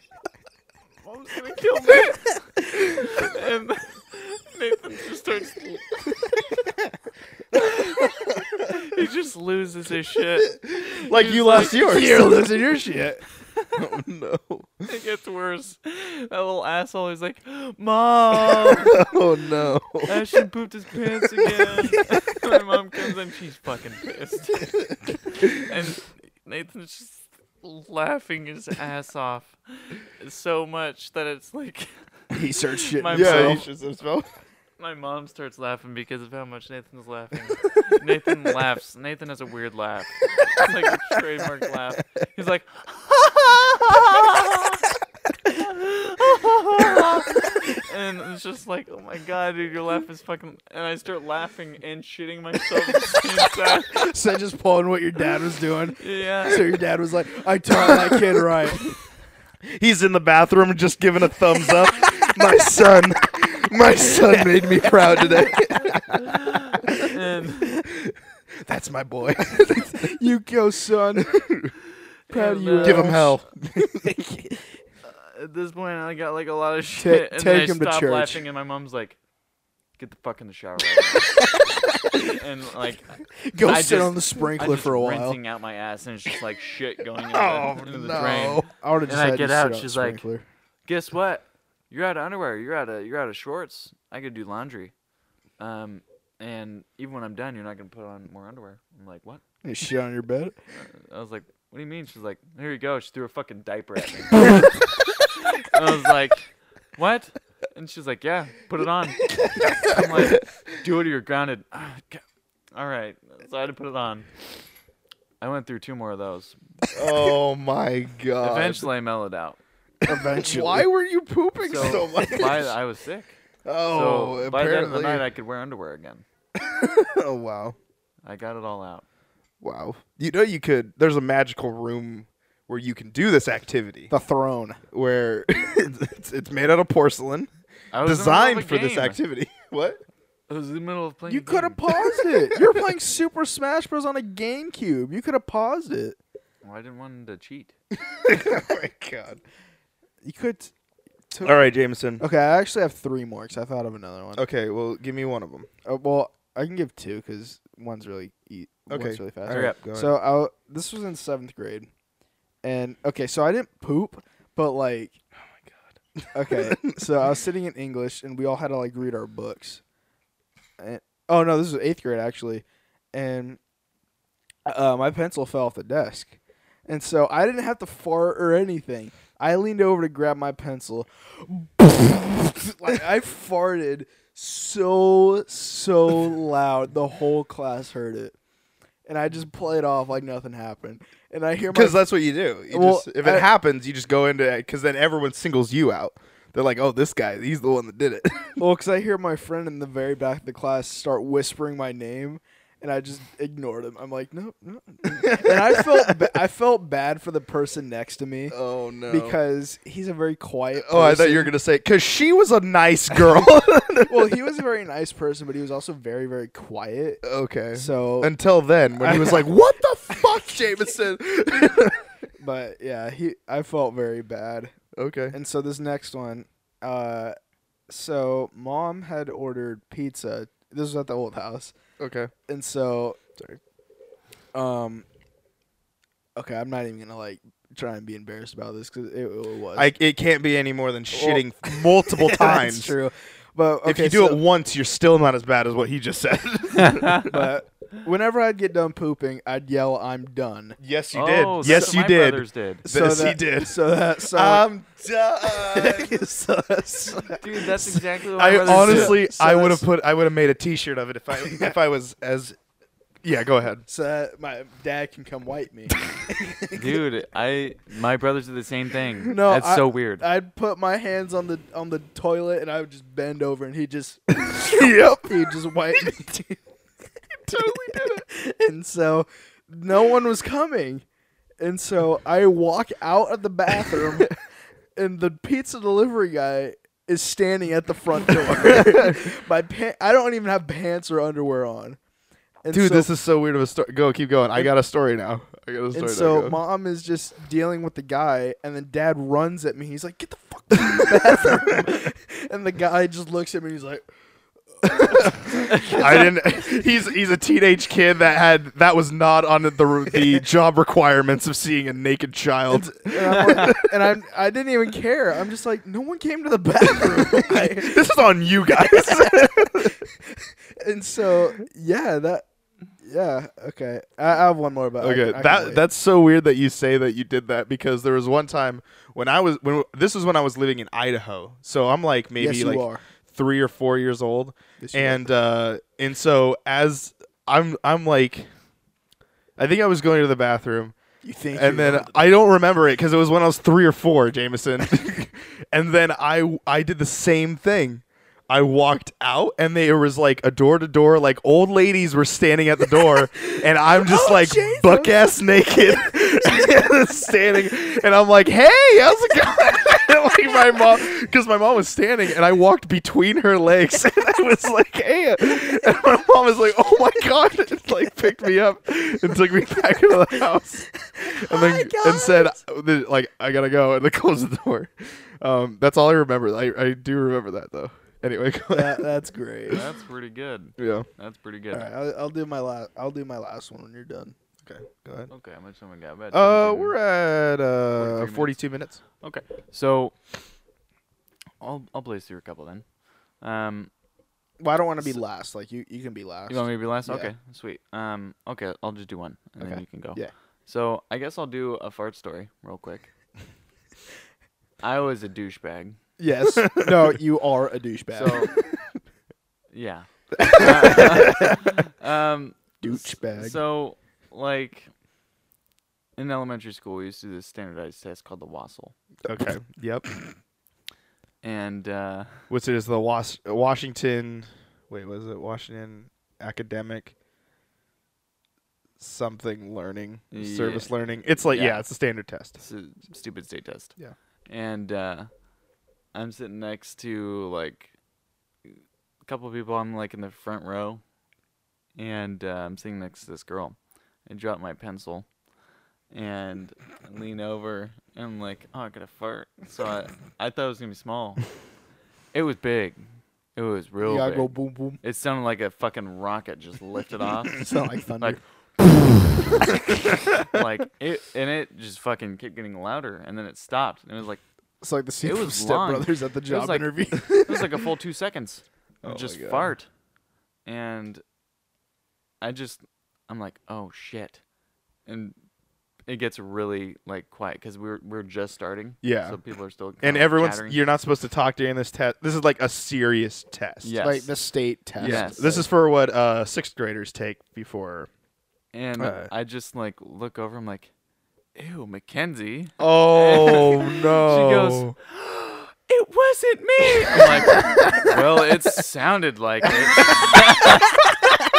Speaker 1: mom's gonna kill me. and *laughs* Nathan just starts. *laughs* he just loses his shit.
Speaker 2: like you lost yours.
Speaker 3: *laughs* You're losing your shit. *laughs*
Speaker 2: oh no.
Speaker 1: *laughs* It gets worse. That little asshole is like, Mom,
Speaker 2: Oh no.
Speaker 1: Ashton pooped his pants again. *laughs* My mom comes in, she's fucking pissed. and Nathan's just laughing his ass off so much that it's like
Speaker 3: *laughs* He starts shitting
Speaker 1: My
Speaker 2: *laughs* yeah.
Speaker 3: *laughs*
Speaker 1: bro.
Speaker 2: You should have *laughs* smelled.
Speaker 1: my mom starts laughing because of how much Nathan's
Speaker 3: *laughs*
Speaker 1: laughing. Nathan laughs. Nathan has a weird laugh. It's like a trademark laugh. He's like, *laughs* and it's just like, oh my god, dude, your laugh is fucking. And I start laughing and shitting myself. at the
Speaker 3: *laughs*
Speaker 1: same time.
Speaker 3: So just pulling what your dad was doing. So
Speaker 1: yeah.
Speaker 3: your dad was like,
Speaker 2: *laughs*
Speaker 3: I taught that *laughs* kid right.
Speaker 2: He's in the bathroom just giving a thumbs up.
Speaker 3: *laughs*
Speaker 2: my son, my son made me proud
Speaker 3: *laughs*
Speaker 2: today.
Speaker 1: And,
Speaker 2: That's my *laughs* boy.
Speaker 3: You go, *laughs* son. Proud of
Speaker 1: and,
Speaker 3: you,
Speaker 1: uh,
Speaker 2: Give him hell.
Speaker 1: At this point, I got like a lot of shit. and
Speaker 3: take
Speaker 1: then
Speaker 3: him
Speaker 1: I
Speaker 3: to
Speaker 1: stopped
Speaker 3: church.
Speaker 1: laughing, and my mom's like, "Get the fuck in the shower." Right
Speaker 3: *laughs*
Speaker 1: now." and like,
Speaker 3: Go
Speaker 1: I
Speaker 3: sit
Speaker 1: just-
Speaker 3: on the
Speaker 1: I'm
Speaker 3: sprinkler
Speaker 1: just
Speaker 3: for a while.
Speaker 1: rinsing out my ass, and it's just like shit going
Speaker 3: *laughs*
Speaker 1: into,
Speaker 2: Oh,
Speaker 1: the, into the drain.
Speaker 2: no.
Speaker 3: I would have
Speaker 1: And
Speaker 3: just
Speaker 1: I
Speaker 3: had
Speaker 1: get
Speaker 3: you sit
Speaker 1: out,
Speaker 3: on the
Speaker 1: she's like-
Speaker 3: sprinkler.
Speaker 1: Guess what? You're out of underwear. You're out of you're out of shorts. I could do laundry. Um, and even when I'm done, you're not gonna put on more underwear. I'm like, what?
Speaker 3: You shit on your bed.
Speaker 1: I was like, what do you mean? She's like, here you go. She threw a fucking diaper
Speaker 3: *laughs*
Speaker 1: at me. I was like, what? And she's like, yeah, put it on. I'm like, do it or you're grounded. *sighs* Ah, g- All right. So I had to put it on. I went through two more of those.
Speaker 2: Oh my
Speaker 3: Uh,
Speaker 2: god.
Speaker 1: Eventually, I mellowed out.
Speaker 3: Eventually.
Speaker 2: Why were you pooping so,
Speaker 1: So,
Speaker 2: much?
Speaker 1: *laughs* By the- I was sick.
Speaker 2: *laughs* oh,
Speaker 1: so by the end of the
Speaker 2: apparently.
Speaker 1: night, I could wear underwear again.
Speaker 2: *laughs* oh wow,
Speaker 1: I got it all out.
Speaker 2: wow. You know you could. There's a magical room where you can do this activity,
Speaker 3: The throne.
Speaker 2: *laughs* where *laughs* it's, it's made out of porcelain,
Speaker 1: I was in the middle of a
Speaker 2: designed for this
Speaker 1: game.
Speaker 2: activity. *laughs* What?
Speaker 1: I was in the middle of playing.
Speaker 3: You
Speaker 1: a
Speaker 3: could
Speaker 1: game.
Speaker 3: have paused *laughs* it. You were playing Super Smash Bros. on a GameCube. You could have paused it.
Speaker 1: Well, I didn't want to cheat.
Speaker 2: oh my god.
Speaker 3: You could.
Speaker 2: All right, Jameson.
Speaker 3: Okay, I actually have three more because I thought of another one.
Speaker 2: Okay, well, give me one of them.
Speaker 3: Uh, well, I can give two because one's really e-
Speaker 2: Okay.
Speaker 3: one's really fast.
Speaker 2: All right, go ahead.
Speaker 3: So I w- this was in seventh grade, and okay, so I didn't poop, but like, oh my god. Okay, so I was sitting in English, and we all had to like read our books. And, oh no, this was eighth grade actually, and uh, my pencil fell off the desk, and so I didn't have to fart or anything. I leaned over to grab my pencil. *laughs* like I farted so so loud the whole class heard it. And I just played off like nothing happened. And I hear my
Speaker 2: Because that's what you do. You
Speaker 3: Well,
Speaker 2: just, if it
Speaker 3: I-
Speaker 2: happens, you just go into it. Because then everyone singles you out. They're like, oh, this guy, he's the one that did it. *laughs*
Speaker 3: Well, because I hear my friend in the very back of the class start whispering my name, and I just ignored him. I'm like, nope, no. and I felt ba- I felt bad for the person next to me
Speaker 2: oh no.
Speaker 3: because he's a very quiet.
Speaker 2: oh, I thought you were
Speaker 3: person.
Speaker 2: gonna say because she was a *laughs* nice girl.
Speaker 3: well, he was a very nice person, but he was also very very quiet.
Speaker 2: okay.
Speaker 3: So,
Speaker 2: Until then, when he was like, what the
Speaker 1: *laughs*
Speaker 2: fuck, Jameson?
Speaker 3: but yeah, he I felt very bad.
Speaker 2: okay.
Speaker 3: And so this next one, uh, so mom had ordered pizza. This was at the old house.
Speaker 2: Okay.
Speaker 3: and so
Speaker 2: Sorry.
Speaker 3: um okay i'm not even gonna like try and be embarrassed about this because it, it was *laughs*
Speaker 2: I, it can't be any more than shitting *laughs* multiple times.
Speaker 3: that's true but
Speaker 2: If you
Speaker 3: okay,
Speaker 2: do
Speaker 3: so-
Speaker 2: it once, you're still not as bad as what he just said.
Speaker 3: but whenever i'd get done pooping i'd yell i'm done
Speaker 2: *laughs* yes,
Speaker 1: Oh,
Speaker 2: Yes,
Speaker 1: so
Speaker 2: you
Speaker 1: my
Speaker 2: did. *laughs*
Speaker 1: brothers did.
Speaker 2: This
Speaker 3: that,
Speaker 2: he did. Um,
Speaker 3: so that so,
Speaker 2: I'm done.
Speaker 3: so that's-
Speaker 1: Dude,
Speaker 2: *laughs*
Speaker 1: that's exactly what *laughs* my
Speaker 2: I
Speaker 1: brothers
Speaker 2: honestly,
Speaker 3: So
Speaker 2: I would have
Speaker 3: that's-
Speaker 2: put, I would have made a T-shirt of it *laughs* if I, if I was as, yeah. Go ahead.
Speaker 3: so that my dad can come wipe
Speaker 2: *laughs*
Speaker 3: me
Speaker 1: did. *laughs* Dude, I my brothers did the same
Speaker 2: *laughs*
Speaker 1: thing.
Speaker 3: No,
Speaker 1: that's
Speaker 3: I-
Speaker 1: so weird.
Speaker 3: i'd put my hands on the on the toilet and i would just bend over and he'd just
Speaker 2: yep.
Speaker 3: he just wiped me too. totally did it. And so no one was coming. And so I walk out of the bathroom and the pizza delivery guy is standing at the front door. *laughs* My pa- I don't even have pants or underwear on. And
Speaker 2: Dude,
Speaker 3: so,
Speaker 2: this is so weird of a story. Go, keep going. I got a story now. I got a story
Speaker 3: and
Speaker 2: now.
Speaker 3: so
Speaker 2: go.
Speaker 3: mom is just dealing with the guy, and then dad runs at me. He's like, "Get the
Speaker 2: *laughs*
Speaker 3: fuck out of the bathroom!" and the guy just looks at me. He's like,
Speaker 2: I didn't. *laughs* He's he's a teenage kid that had that was not on the
Speaker 3: *laughs*
Speaker 2: the job requirements of seeing a naked child.
Speaker 3: and
Speaker 2: *laughs*
Speaker 3: I'm like, and I'm, I didn't even care. I'm just like, no one came to the bathroom.
Speaker 2: *laughs*
Speaker 3: *laughs* Like,
Speaker 2: this is on you
Speaker 3: *laughs*
Speaker 2: guys.
Speaker 3: and so, yeah, that, yeah, okay. I, I have one more, but I
Speaker 2: okay,
Speaker 3: can- I can
Speaker 2: that
Speaker 3: wait.
Speaker 2: that's so weird that you say that you did that because there was one time when I was when this was when I was living in Idaho. So I'm like maybe
Speaker 3: yes, you
Speaker 2: like
Speaker 3: are.
Speaker 2: three or four years old,
Speaker 3: Yes, you are.
Speaker 2: and uh, and so as I'm I'm like, I think I was going to the bathroom.
Speaker 3: you think,
Speaker 2: and
Speaker 3: you
Speaker 2: then
Speaker 3: are.
Speaker 2: I don't remember it because it was when I was three or four, Jameson. *laughs* and then I I did the same thing. I walked out and there was like a door to door, like old ladies were standing at the
Speaker 3: *laughs*
Speaker 2: door, and I'm just
Speaker 3: Oh,
Speaker 2: like
Speaker 3: Jesus.
Speaker 2: buck ass naked, *laughs* standing, and I'm like, hey, how's it going? *laughs* like my mom, because my mom was standing, and I walked between her legs, *laughs* and I was like, hey, and my mom was like, oh my god, *laughs* and like picked me up and took me back to the house and then and said uh, like I gotta go and then *laughs* closed the door. Um, that's all I remember. I, I do remember that though. Anyway, *laughs* go ahead.
Speaker 3: That, that's great.
Speaker 2: *laughs*
Speaker 3: All
Speaker 1: that's pretty good.
Speaker 2: yeah.
Speaker 1: That's pretty good.
Speaker 3: right, I'll, I'll do my last. I'll do my last one when you're done.
Speaker 2: Okay, go ahead.
Speaker 1: Okay, how much time we got? About
Speaker 2: Uh,
Speaker 1: 22.
Speaker 2: we're at uh
Speaker 1: 42
Speaker 2: 42 minutes.
Speaker 1: Okay. So I'll I'll blaze through a couple then. Um
Speaker 3: Well, I don't want to be last. Like you, you can be last.
Speaker 1: you want me to be last?
Speaker 3: Yeah.
Speaker 1: Okay, sweet. Um okay, I'll just do one and then
Speaker 3: Okay.
Speaker 1: you can go.
Speaker 3: Yeah.
Speaker 1: So I guess I'll do a fart story real
Speaker 3: *laughs*
Speaker 1: quick. I was a douchebag.
Speaker 2: *laughs*
Speaker 3: yes. No, you are a douchebag.
Speaker 1: So
Speaker 3: *laughs*
Speaker 1: Yeah. um
Speaker 3: douchebag.
Speaker 1: So, like, in elementary school, we used to do this standardized test called the Wassel.
Speaker 2: Okay. yep.
Speaker 1: And, uh,
Speaker 2: What's it is the Was- Washington? Wait, was it Washington academic? Something learning, service learning. It's like yeah.
Speaker 1: Yeah.
Speaker 2: it's a standard test.
Speaker 1: it's a stupid state test.
Speaker 2: Yeah.
Speaker 1: And, uh, I'm sitting next to, like, a couple people. I'm, like, in the front row. And uh, I'm sitting next to this girl. I drop my pencil and *laughs* lean over and I'm like, oh, I got a fart. So I, I thought it was going to be
Speaker 3: *laughs*
Speaker 1: small. It was big. It was real
Speaker 3: you gotta
Speaker 1: big.
Speaker 3: go boom boom.
Speaker 1: It sounded like a fucking rocket just lifted
Speaker 2: *laughs*
Speaker 1: off.
Speaker 3: Sound like thunder.
Speaker 1: Like, like *laughs* it, and it just fucking kept getting louder, and then it stopped, and it was
Speaker 2: *laughs*
Speaker 1: like
Speaker 3: it's like the scene
Speaker 1: it
Speaker 3: from
Speaker 1: was
Speaker 3: Step
Speaker 1: long.
Speaker 3: Brothers at the
Speaker 1: was
Speaker 3: job
Speaker 1: like-
Speaker 3: interview.
Speaker 1: it was like a full two
Speaker 2: *laughs*
Speaker 1: seconds, of
Speaker 2: Oh my
Speaker 1: just
Speaker 2: God.
Speaker 1: fart, and I just, I'm like, oh shit, and it gets really like quiet because we're we're just starting,
Speaker 2: Yeah.
Speaker 1: so people are still
Speaker 2: *laughs* And
Speaker 1: kinda
Speaker 2: everyone's
Speaker 1: chattering.
Speaker 2: you're not supposed to talk during this test. This is like a serious test.
Speaker 1: yes,
Speaker 3: Like the state test.
Speaker 1: Yes.
Speaker 2: This is for what uh, sixth graders take before.
Speaker 1: and
Speaker 2: uh,
Speaker 1: I just like look over, I'm like, ew, Mackenzie.
Speaker 2: Oh *laughs*
Speaker 1: She goes, It was wasn't me. I'm like, well, it sounded like it.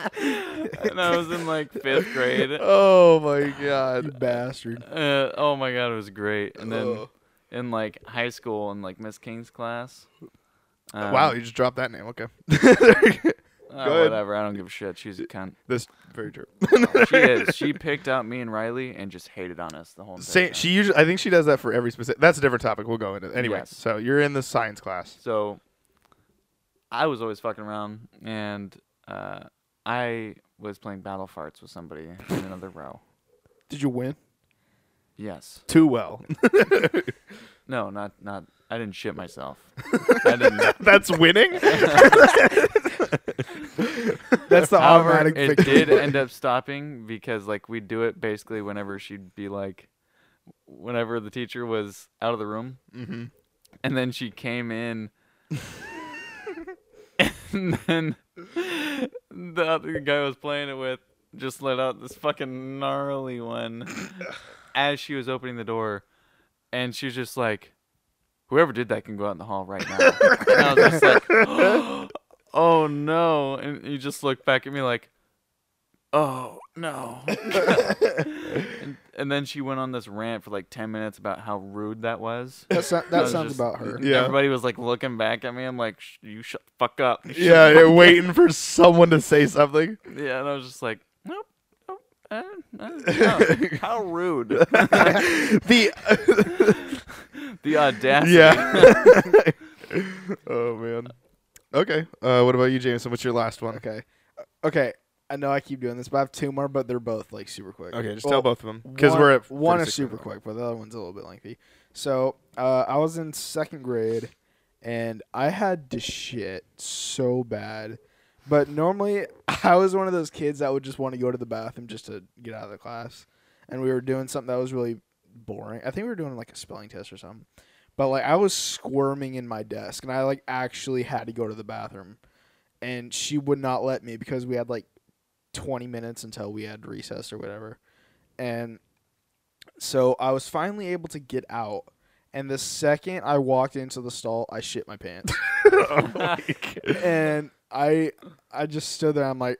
Speaker 1: and I was in like fifth grade.
Speaker 2: Oh my god.
Speaker 3: bastard.
Speaker 1: Uh, oh my god, it was great. And then
Speaker 2: Ugh.
Speaker 1: in like high school, in like Miss King's class. um,
Speaker 2: wow, you just dropped that name. Okay. *laughs*
Speaker 1: uh,
Speaker 2: go ahead.
Speaker 1: Whatever, I don't give a shit. She's a cunt.
Speaker 2: That's very true. *laughs*
Speaker 1: She is. She picked out me and Riley and just hated on us the whole entire
Speaker 2: Sa-
Speaker 1: time.
Speaker 2: she usually I think she does that for every specific That's a different topic. We'll go into. Anyway,
Speaker 1: Yes.
Speaker 2: so you're in the science class.
Speaker 1: So I was always fucking around, and uh, I was playing Battle Farts with somebody in another row.
Speaker 3: Did
Speaker 1: *laughs*
Speaker 3: you win?
Speaker 1: Yes.
Speaker 2: Too well. *laughs*
Speaker 1: No, not not. I didn't shit
Speaker 3: *laughs*
Speaker 1: myself. I didn't.
Speaker 2: That's
Speaker 1: *laughs*
Speaker 2: winning?
Speaker 3: That's the
Speaker 1: However,
Speaker 3: automatic
Speaker 1: it
Speaker 3: victory.
Speaker 1: did end up stopping because like we'd do it basically whenever she'd be like, whenever the teacher was out of the room,
Speaker 2: mm-hmm.
Speaker 1: and then she came
Speaker 3: *laughs*
Speaker 1: in. and then the other guy I was playing it with just let out this fucking gnarly one as she was opening the door and she was just like whoever did that can go out in the hall right now and i was just
Speaker 2: *laughs*
Speaker 1: like *gasps* oh no and he just looked back at me like oh
Speaker 2: *laughs*
Speaker 1: no and, and then she went on this rant for like 10 minutes about how rude that was
Speaker 3: That, sou-
Speaker 1: I
Speaker 3: that
Speaker 1: was
Speaker 3: sounds
Speaker 1: just-
Speaker 3: about her.
Speaker 2: Yeah.
Speaker 1: Everybody was like looking back at me. I'm like, Sh- you shut the fuck up. You shut
Speaker 2: Yeah, you're waiting for someone to
Speaker 1: *laughs*
Speaker 2: say something. *laughs*
Speaker 1: the- *laughs* Yeah. And I was just like, nope. nope, I don't- I don't
Speaker 2: *laughs*
Speaker 1: know. How rude! *laughs*
Speaker 2: the *laughs*
Speaker 1: the audacity.
Speaker 2: yeah. oh man. Okay. Uh, what about you, Jameson? What's your last one?
Speaker 3: Okay. Okay. I know I keep doing this, but I have two more, but they're both like super quick.
Speaker 2: Okay, just
Speaker 3: Well,
Speaker 2: tell both of them because
Speaker 3: one-
Speaker 2: we're at
Speaker 3: one
Speaker 2: 46
Speaker 3: is super
Speaker 2: minutes.
Speaker 3: quick, but the other one's a little bit lengthy. So uh, I was in second grade, and I had to shit so bad. But normally, *laughs* I was one of those kids that would just want to go to the bathroom just to get out of the class. And we were doing something that was really boring. I think we were doing like a spelling test or something. But like I was squirming in my desk, and I like actually had to go to the bathroom, and she would not let me because we had like twenty minutes until we had recess or whatever. And so I was finally able to get out, and the second I walked into the stall, I shit
Speaker 2: *laughs*
Speaker 3: my pants.
Speaker 2: Oh,
Speaker 3: *laughs* and I I just stood there. I'm like,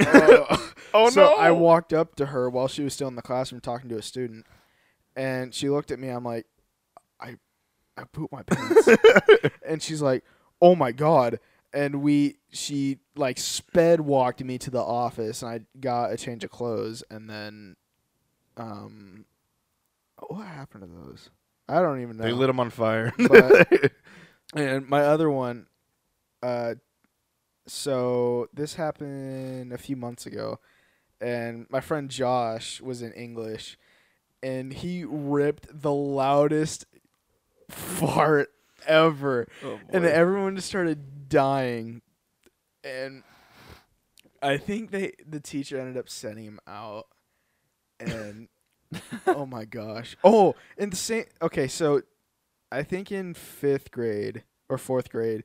Speaker 3: oh,
Speaker 2: Oh
Speaker 3: so
Speaker 2: no!
Speaker 3: I walked up to her while she was still in the classroom talking to a student, and she looked at me. I'm like, I I pooped
Speaker 2: *laughs*
Speaker 3: my pants, and she's like, oh my god. And we, she like sped walked me to the office, and I got a change of clothes, and then, um, what happened to those? I don't even know.
Speaker 2: They lit him on *laughs* fire.
Speaker 3: But- And my other one, uh, so this happened a few months ago, and my friend Josh was in English, and he ripped the loudest *laughs* fart ever,
Speaker 1: Oh, boy.
Speaker 3: and everyone just started dying, and I think they the teacher ended up sending him out, and oh my gosh, oh, and the same. Okay, so I think in fifth grade or fourth grade,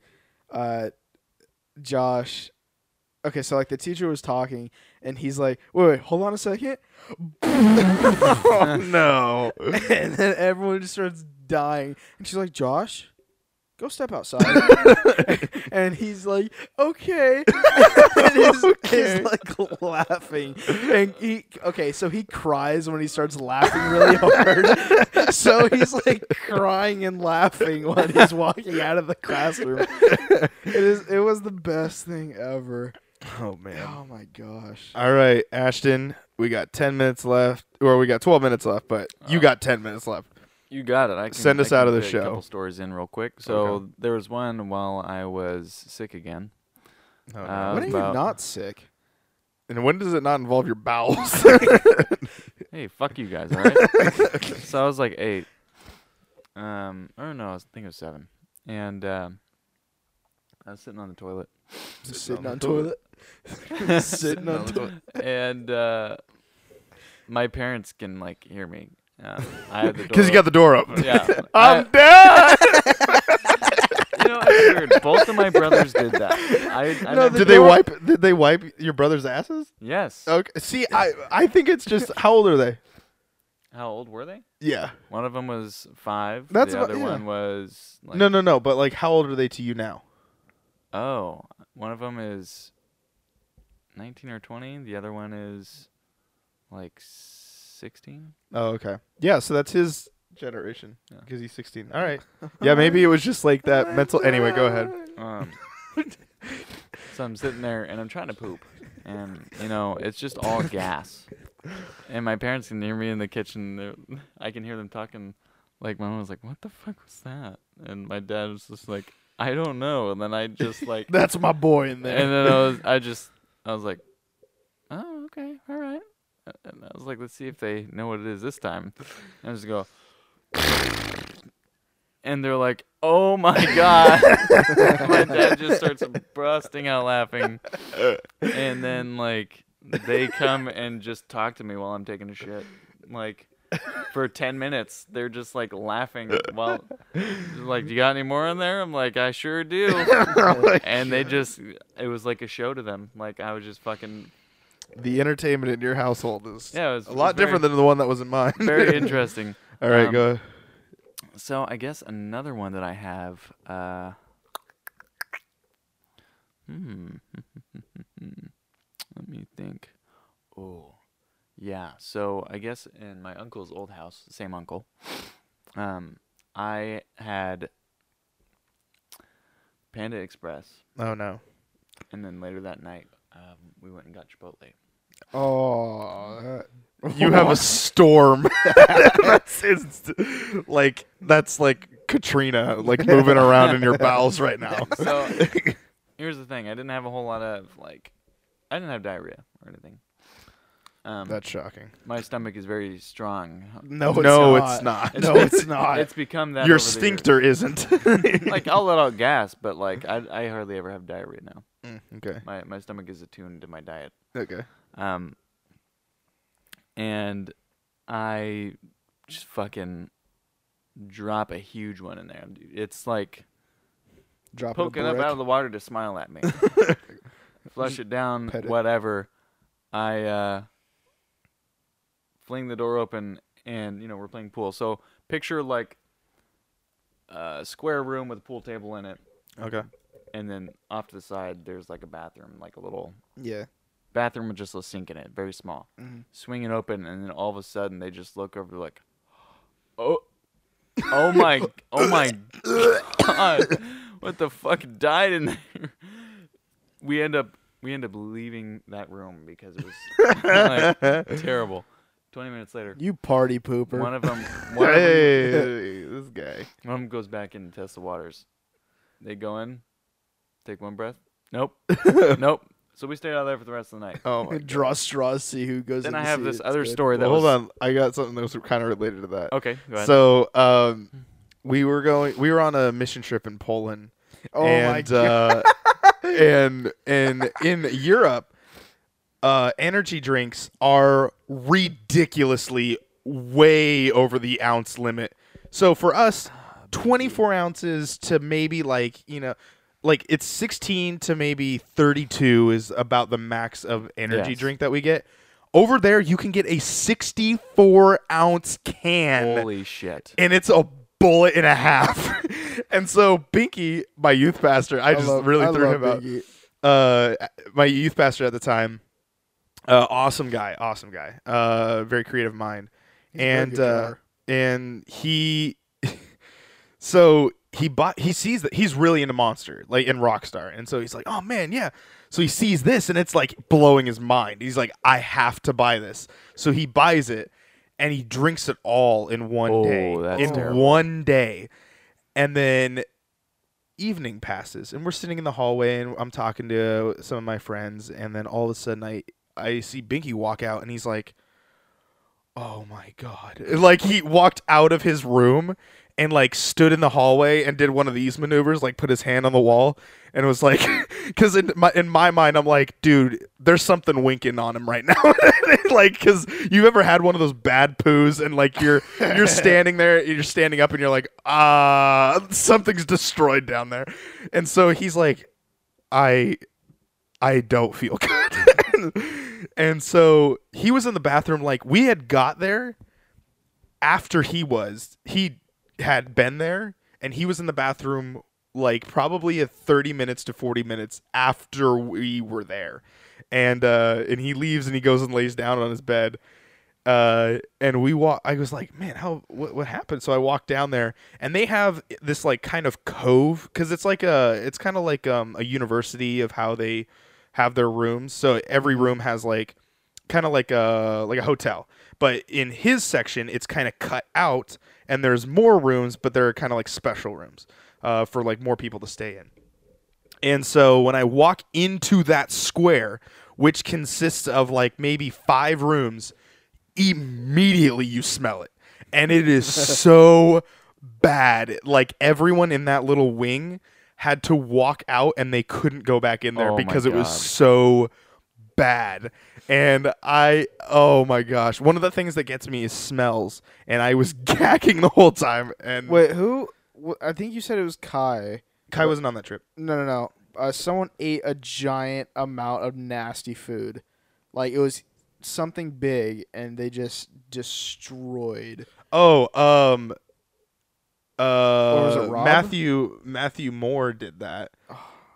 Speaker 3: uh, Josh. Okay, so like the teacher was talking, and he's like, "Wait, wait, hold on a second.
Speaker 2: oh no!
Speaker 3: *laughs* and then everyone just starts dying, and she's like, "Josh, go step *laughs* outside." and he's like, *laughs* "Okay," and he's, he's like laughing, and he okay, so he cries when he starts laughing really *laughs* hard. so he's like crying and laughing when he's walking out of the classroom. it is. It was the best thing ever.
Speaker 2: Oh man!
Speaker 3: Oh my gosh.
Speaker 2: All right, Ashton, we got 10 minutes left, or we got 12 minutes left, but you
Speaker 1: Uh,
Speaker 2: got 10 minutes left.
Speaker 1: You got it. I can
Speaker 2: Send
Speaker 1: I
Speaker 2: us out
Speaker 1: can
Speaker 2: of the
Speaker 1: fit A
Speaker 2: show.
Speaker 1: couple stories in real quick. So
Speaker 2: Okay.
Speaker 1: there was one while I was sick again.
Speaker 2: Oh, no.
Speaker 1: uh,
Speaker 3: When are you
Speaker 1: about-
Speaker 3: not sick?
Speaker 2: and when does it not involve your bowels?
Speaker 1: Hey, fuck you
Speaker 2: *laughs*
Speaker 1: guys, all right? so I was like eight. Um, I don't know. I was, think it was seven, and um, I was sitting on the
Speaker 2: *laughs*
Speaker 1: toilet. *laughs*
Speaker 3: Sitting on toilet. *laughs* Sitting on toilet.
Speaker 1: and uh, my parents can like hear me. Um, I
Speaker 2: *laughs*
Speaker 1: had the
Speaker 2: Because you got the Um. door open.
Speaker 1: yeah.
Speaker 2: I'm
Speaker 1: I-
Speaker 2: done.
Speaker 1: you know, it's weird. Both of my brothers did that. I, I
Speaker 3: No,
Speaker 1: never-
Speaker 3: the
Speaker 2: Did they
Speaker 3: door-
Speaker 2: wipe? Did they wipe your brother's asses?
Speaker 1: yes.
Speaker 2: Okay. See, I I think it's just how old are they?
Speaker 1: How old were they?
Speaker 2: *laughs* Yeah.
Speaker 1: One of them was five.
Speaker 2: That's
Speaker 1: the
Speaker 2: about-
Speaker 1: other
Speaker 2: yeah.
Speaker 1: one was like,
Speaker 2: no, no, no. But like, how old are they to you now?
Speaker 1: Oh, one of them is nineteen or twenty. The other one is like sixteen.
Speaker 2: Oh, okay. Yeah. So that's his generation
Speaker 1: Yeah.
Speaker 2: because he's 16. All *laughs* right. Yeah. Maybe it was just like
Speaker 3: Uh,
Speaker 2: that mental. Anyway, go *laughs* ahead.
Speaker 1: Um, so I'm sitting there and I'm trying to poop, and you know it's just all gas. And my parents can hear me in the kitchen. they're- I can hear them talking. Like my mom was like, "What the fuck was that?" And my dad was just like, "I don't know." And then I just like,
Speaker 4: That's my boy in there.
Speaker 1: and then I was, I just, I was like, "Oh, okay, all right." A- And I was like, "Let's see if they know what it is this time." And I just go, and they're like, "Oh my god!" *laughs* my dad just starts busting out laughing, and then like they come and just talk to me while I'm taking a shit, like for ten minutes. They're just like laughing while, like, "You got any more in there?" I'm like, "I sure do."
Speaker 2: *laughs*
Speaker 1: and they just, it was like a show to them. Like I was just fucking,
Speaker 2: The entertainment in your household is
Speaker 1: yeah, it was
Speaker 2: a lot different than the one that was in mine.
Speaker 1: than
Speaker 2: *laughs*
Speaker 1: very interesting.
Speaker 2: All right,
Speaker 1: um,
Speaker 2: go. ahead.
Speaker 1: So I guess another one that I have. Uh, hmm. *laughs* Let me think. Oh, yeah. So I guess in my uncle's old house, same uncle, um, I had Panda Express,
Speaker 2: Oh no.
Speaker 1: and then later that night, um, we went and got Chipotle.
Speaker 4: oh,
Speaker 2: You have a storm. *laughs* that's inst- like that's like Katrina, like moving around in your bowels right *laughs* now.
Speaker 1: So here's the thing: I didn't have a whole lot of like, I didn't have diarrhea or anything. Um,
Speaker 2: That's shocking.
Speaker 1: My stomach is very strong.
Speaker 4: no, it's
Speaker 2: no,
Speaker 4: not.
Speaker 2: it's not.
Speaker 4: No,
Speaker 2: *laughs*
Speaker 4: it's not.
Speaker 1: It's become that.
Speaker 2: your
Speaker 1: over the years.
Speaker 2: stinkter isn't. *laughs*
Speaker 1: Like
Speaker 2: uh,
Speaker 1: I'll let out gas, but like I, I hardly ever have diarrhea now.
Speaker 2: Mm, okay.
Speaker 1: My my stomach is attuned to my diet.
Speaker 2: Okay.
Speaker 1: Um. And I just fucking drop a huge one in there. It's like
Speaker 4: *laughs* dropping
Speaker 1: poking up out of the water to smile at me. Flush it down,
Speaker 4: Pet it.
Speaker 1: whatever. I uh, fling the door open, and you know we're playing pool. So picture like a square room with a pool table in it,
Speaker 2: Okay.
Speaker 1: and then off to the side there's like a bathroom, like a little
Speaker 4: yeah.
Speaker 1: bathroom with just a sink in it, very small. Swing it open, and then all of a sudden they just look over, like, oh, oh my, oh my god, what the fuck died in there? We end up, we end up leaving that room because it was *laughs* like, terrible. Twenty minutes later,
Speaker 4: You party pooper. *laughs*
Speaker 1: one of them, one of 'em-
Speaker 2: Hey, this guy.
Speaker 1: one of them goes back in and tests the waters. They go in, take one breath.
Speaker 2: *laughs*
Speaker 1: Nope, nope. So we stayed out there for the rest of the night.
Speaker 2: Oh *laughs* my.
Speaker 4: Draw straws, see who goes.
Speaker 1: Then
Speaker 4: in
Speaker 1: I
Speaker 4: to
Speaker 1: have
Speaker 4: see
Speaker 1: this
Speaker 4: it's
Speaker 1: other
Speaker 4: good.
Speaker 1: story that
Speaker 2: Well, hold
Speaker 1: was
Speaker 2: on. I got something that was kind of related to that.
Speaker 1: okay. Go ahead.
Speaker 2: So, um, we were going. We were on a mission trip in Poland.
Speaker 4: Oh
Speaker 2: and,
Speaker 4: my god.
Speaker 2: Uh, *laughs* and and in Europe, uh, energy drinks are ridiculously way over the ounce limit. So for us, twenty four ounces to maybe like you know. Like it's 16 to maybe 32 is about the max of energy
Speaker 1: Yes.
Speaker 2: drink that we get. Over there, you can get a 64 ounce can
Speaker 1: Holy shit.
Speaker 2: and it's a bullet and a half. *laughs* and so Binky, my youth pastor, I, just
Speaker 4: love-
Speaker 2: really
Speaker 4: I
Speaker 2: threw
Speaker 4: love
Speaker 2: him out.
Speaker 4: Binky.
Speaker 2: Uh, my youth pastor at the time, uh, awesome guy, awesome guy, uh, very creative mind, and
Speaker 4: good
Speaker 2: uh, and he, *laughs* so he bought he sees that he's really into monster like in rockstar, and so he's like, oh man, yeah. So he sees this and it's like blowing his mind. He's like, I have to buy this. So he buys it and he drinks it all in one
Speaker 1: Oh,
Speaker 2: day.
Speaker 1: that's
Speaker 2: in
Speaker 1: terrible.
Speaker 2: one day. And then evening passes and we're sitting in the hallway and I'm talking to some of my friends and then all of a sudden I I see Binky walk out and he's like oh my god *laughs* like he walked out of his room and like stood in the hallway and did one of these maneuvers like put his hand on the wall and was like *laughs* cuz in my in my mind I'm like dude there's something winking on him right *laughs* now like cuz you ever had one of those bad poos and like you're you're standing there you're standing up and you're like ah something's destroyed down there and so he's like I I don't feel *laughs* good. and so he was in the bathroom like we had got there after he was, he had been there and he was in the bathroom like probably a 30 minutes to 40 minutes after we were there. And uh and he leaves and he goes and lays down on his bed. Uh and we walk I was like, "Man, how what, what happened?" So I walked down there and they have this like kind of cove cuz it's like a it's kind of like um a university of how they have their rooms. So every room has like kind of like a like a hotel. But in his section, it's kind of cut out, and there's more rooms, but they're kind of like special rooms uh, for like more people to stay in. And so when I walk into that square, which consists of like maybe five rooms, immediately you smell it, and
Speaker 1: *laughs*
Speaker 2: it is so bad. Like everyone in that little wing had to walk out, and they couldn't go back in there
Speaker 1: Oh my
Speaker 2: because it was
Speaker 1: God.
Speaker 2: so bad. And I, oh my gosh, one of the things that gets me is smells, and I was *laughs* gagging the whole time. And
Speaker 3: Wait, who? wh- I think you said it was Kai.
Speaker 2: Kai wasn't on that trip.
Speaker 3: No, no, no. Uh, someone ate a giant amount of nasty food, like it was something big, and they just destroyed.
Speaker 2: Oh, um,
Speaker 3: was
Speaker 2: uh,
Speaker 3: it Rob?
Speaker 2: Matthew Matthew Moore did
Speaker 3: *sighs*
Speaker 2: that.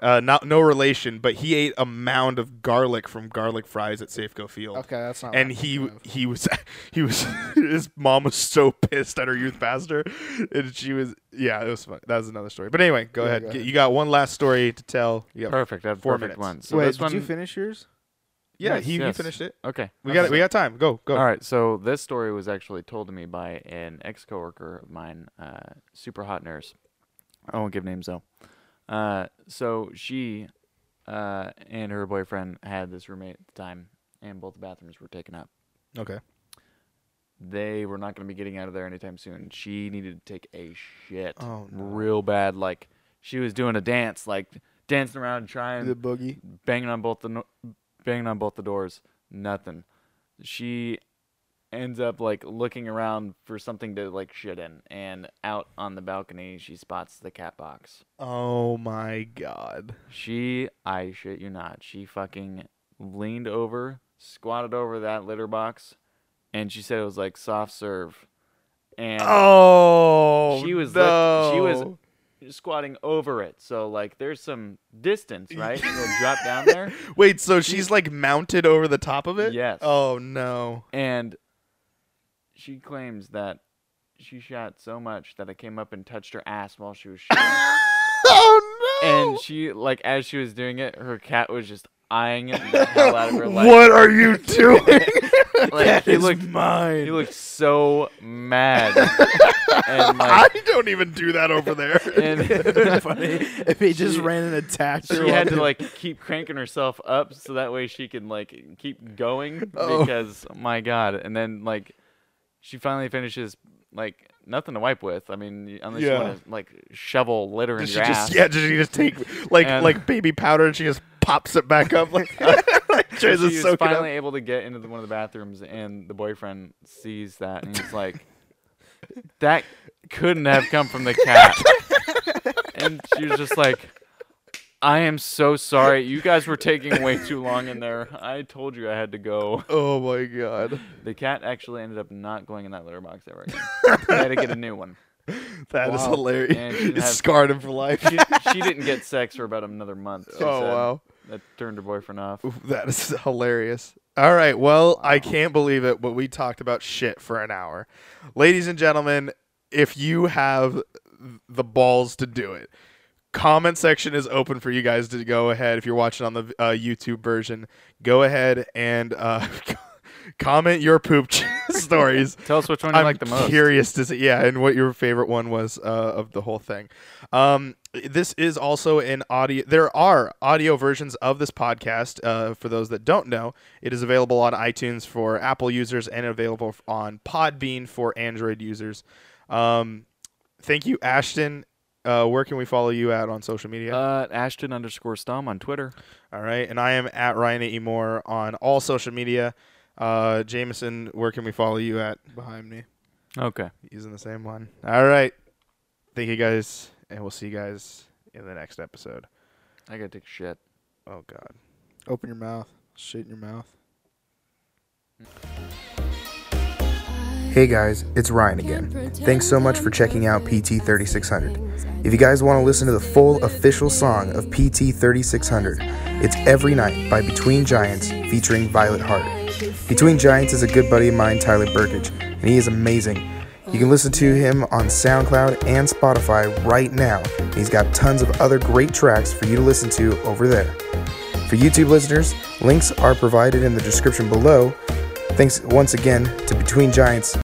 Speaker 2: Uh, not no relation, but he ate a mound of garlic from garlic fries at Safeco Field.
Speaker 3: Okay, that's not. what
Speaker 2: and
Speaker 3: I'm
Speaker 2: he
Speaker 3: thinking of.
Speaker 2: he was *laughs* he was his mom was so pissed at her youth pastor and she was yeah it was fun. that was another story but anyway go
Speaker 3: Yeah,
Speaker 2: ahead,
Speaker 3: go
Speaker 2: Get-
Speaker 3: ahead.
Speaker 2: you got one last story to tell you got-
Speaker 1: Perfect. I have
Speaker 2: Four
Speaker 1: perfect
Speaker 2: minutes.
Speaker 1: one. So
Speaker 3: Wait,
Speaker 1: this
Speaker 3: did
Speaker 1: one,
Speaker 3: you finish yours?
Speaker 2: yeah
Speaker 1: Yes,
Speaker 2: he,
Speaker 1: yes.
Speaker 2: he finished it
Speaker 1: Okay.
Speaker 2: we got it we got time go go
Speaker 1: All right. So this story was actually told to me by an ex-coworker of mine, uh, super hot nurse. I won't give names though. Uh, so she uh, and her boyfriend had this roommate at the time, and both bathrooms were taken up.
Speaker 2: okay
Speaker 1: They were not going to be getting out of there anytime soon. She needed to take a shit
Speaker 2: Oh, no.
Speaker 1: real bad. Like she was doing a dance, like dancing around trying
Speaker 4: *laughs*
Speaker 1: *laughs*
Speaker 3: The boogie.
Speaker 1: banging on both the no- banging on both the doors. Nothing. She ends up like looking around for something to like shit in, and out on the balcony she spots the cat box.
Speaker 2: oh my god
Speaker 1: She, I shit you not, she fucking leaned over, squatted over that litter box, and she said it was like soft serve, and
Speaker 2: oh
Speaker 1: she was
Speaker 2: no.
Speaker 1: lift- she was squatting over it. So like there's some distance, right? It'll drop down there.
Speaker 2: wait so she's like mounted over the top of it
Speaker 1: Yes.
Speaker 2: oh no
Speaker 1: *laughs* And she claims that she shot so much that I came up and touched her ass while she was
Speaker 2: *laughs*
Speaker 1: shitting.
Speaker 2: oh no
Speaker 1: and she, like, as she was doing it, her cat was just eyeing
Speaker 2: *laughs*
Speaker 1: the hell out of her. Like,
Speaker 2: what are *laughs* you doing
Speaker 1: Like,
Speaker 2: That
Speaker 1: he
Speaker 2: is
Speaker 1: looked-
Speaker 2: mine
Speaker 1: He looked so
Speaker 2: *laughs*
Speaker 1: mad. and,
Speaker 2: I
Speaker 1: like,
Speaker 2: don't even do that over there.
Speaker 1: *laughs*
Speaker 2: *laughs*
Speaker 1: and
Speaker 3: if he just
Speaker 1: She-
Speaker 3: ran and attacked her,
Speaker 1: she had to,
Speaker 3: while-
Speaker 1: like, keep cranking herself up so that way she can, like, keep going.
Speaker 2: *laughs* Oh.
Speaker 1: Because, my God. And then, like, she finally finishes, like, nothing to wipe with. I mean, unless
Speaker 2: Yeah.
Speaker 1: you want to, like, shovel litter in
Speaker 2: Does she
Speaker 1: your ass.
Speaker 2: just yeah? Does she just take like
Speaker 1: And-
Speaker 2: like baby powder and she just pops it back up like, *laughs* like tries
Speaker 1: So
Speaker 2: to
Speaker 1: she was
Speaker 2: soak it
Speaker 1: finally
Speaker 2: up?
Speaker 1: able to get into the, one of the bathrooms, and the boyfriend sees that, and he's like, "That couldn't have come from the
Speaker 2: *laughs*
Speaker 1: cat." and she was just like, "I am so sorry. You guys were taking way too long in there. I told you I had to go."
Speaker 2: Oh my god,
Speaker 1: The cat actually ended up not going in that litter box ever
Speaker 2: *laughs*
Speaker 1: again. I had to get a new one.
Speaker 2: that is
Speaker 3: Wow.
Speaker 1: And
Speaker 2: hilarious.
Speaker 1: she didn't
Speaker 2: *laughs* It
Speaker 1: have-
Speaker 2: scarred him for life.
Speaker 1: *laughs* She, she didn't get sex for about another month. she
Speaker 2: Oh,
Speaker 1: said.
Speaker 2: wow.
Speaker 1: That turned her boyfriend off.
Speaker 2: Oof, That is *laughs* hilarious. All right, well, I can't believe it, but we talked about shit for an hour. Ladies and gentlemen, if you have the balls to do it, comment section is open for you guys to go ahead. If you're watching on the uh, YouTube version, go ahead and uh, *laughs* comment your poop *laughs* stories.
Speaker 1: Tell us which one you
Speaker 2: I'm
Speaker 1: like the most.
Speaker 2: Curious to see, yeah, and what your favorite one was uh, of the whole thing. Um, this is also an audio. There are audio versions of this podcast. Uh, for those that don't know, it is available on iTunes for Apple users and available f- on Podbean for Android users. Um, thank you, Ashton. Uh, where can we follow you at on social media?
Speaker 1: Uh, Ashton underscore Stom on Twitter.
Speaker 2: all right, and I am at Ryan E. Moore on all social media. Uh, Jameson, where can we follow you at?
Speaker 3: behind me.
Speaker 1: Okay.
Speaker 2: using the same one. All right. Thank you guys, and we'll see you guys in the next episode.
Speaker 1: I gotta take a shit.
Speaker 2: Oh God.
Speaker 3: Open your mouth. Shit in your mouth.
Speaker 5: I
Speaker 3: Hey guys, it's Ryan again. Thanks so much for checking out PT 3600. If you guys want to listen to the full official song of PT 3600, it's Every Night by Between Giants featuring Violet Hart. Between Giants is a good buddy of mine, Tyler Burkage, and he is amazing. You can listen to him on SoundCloud and Spotify right now. He's got tons of other great tracks for you to listen to over there. For YouTube listeners, links are provided in the description below. Thanks once again to Between Giants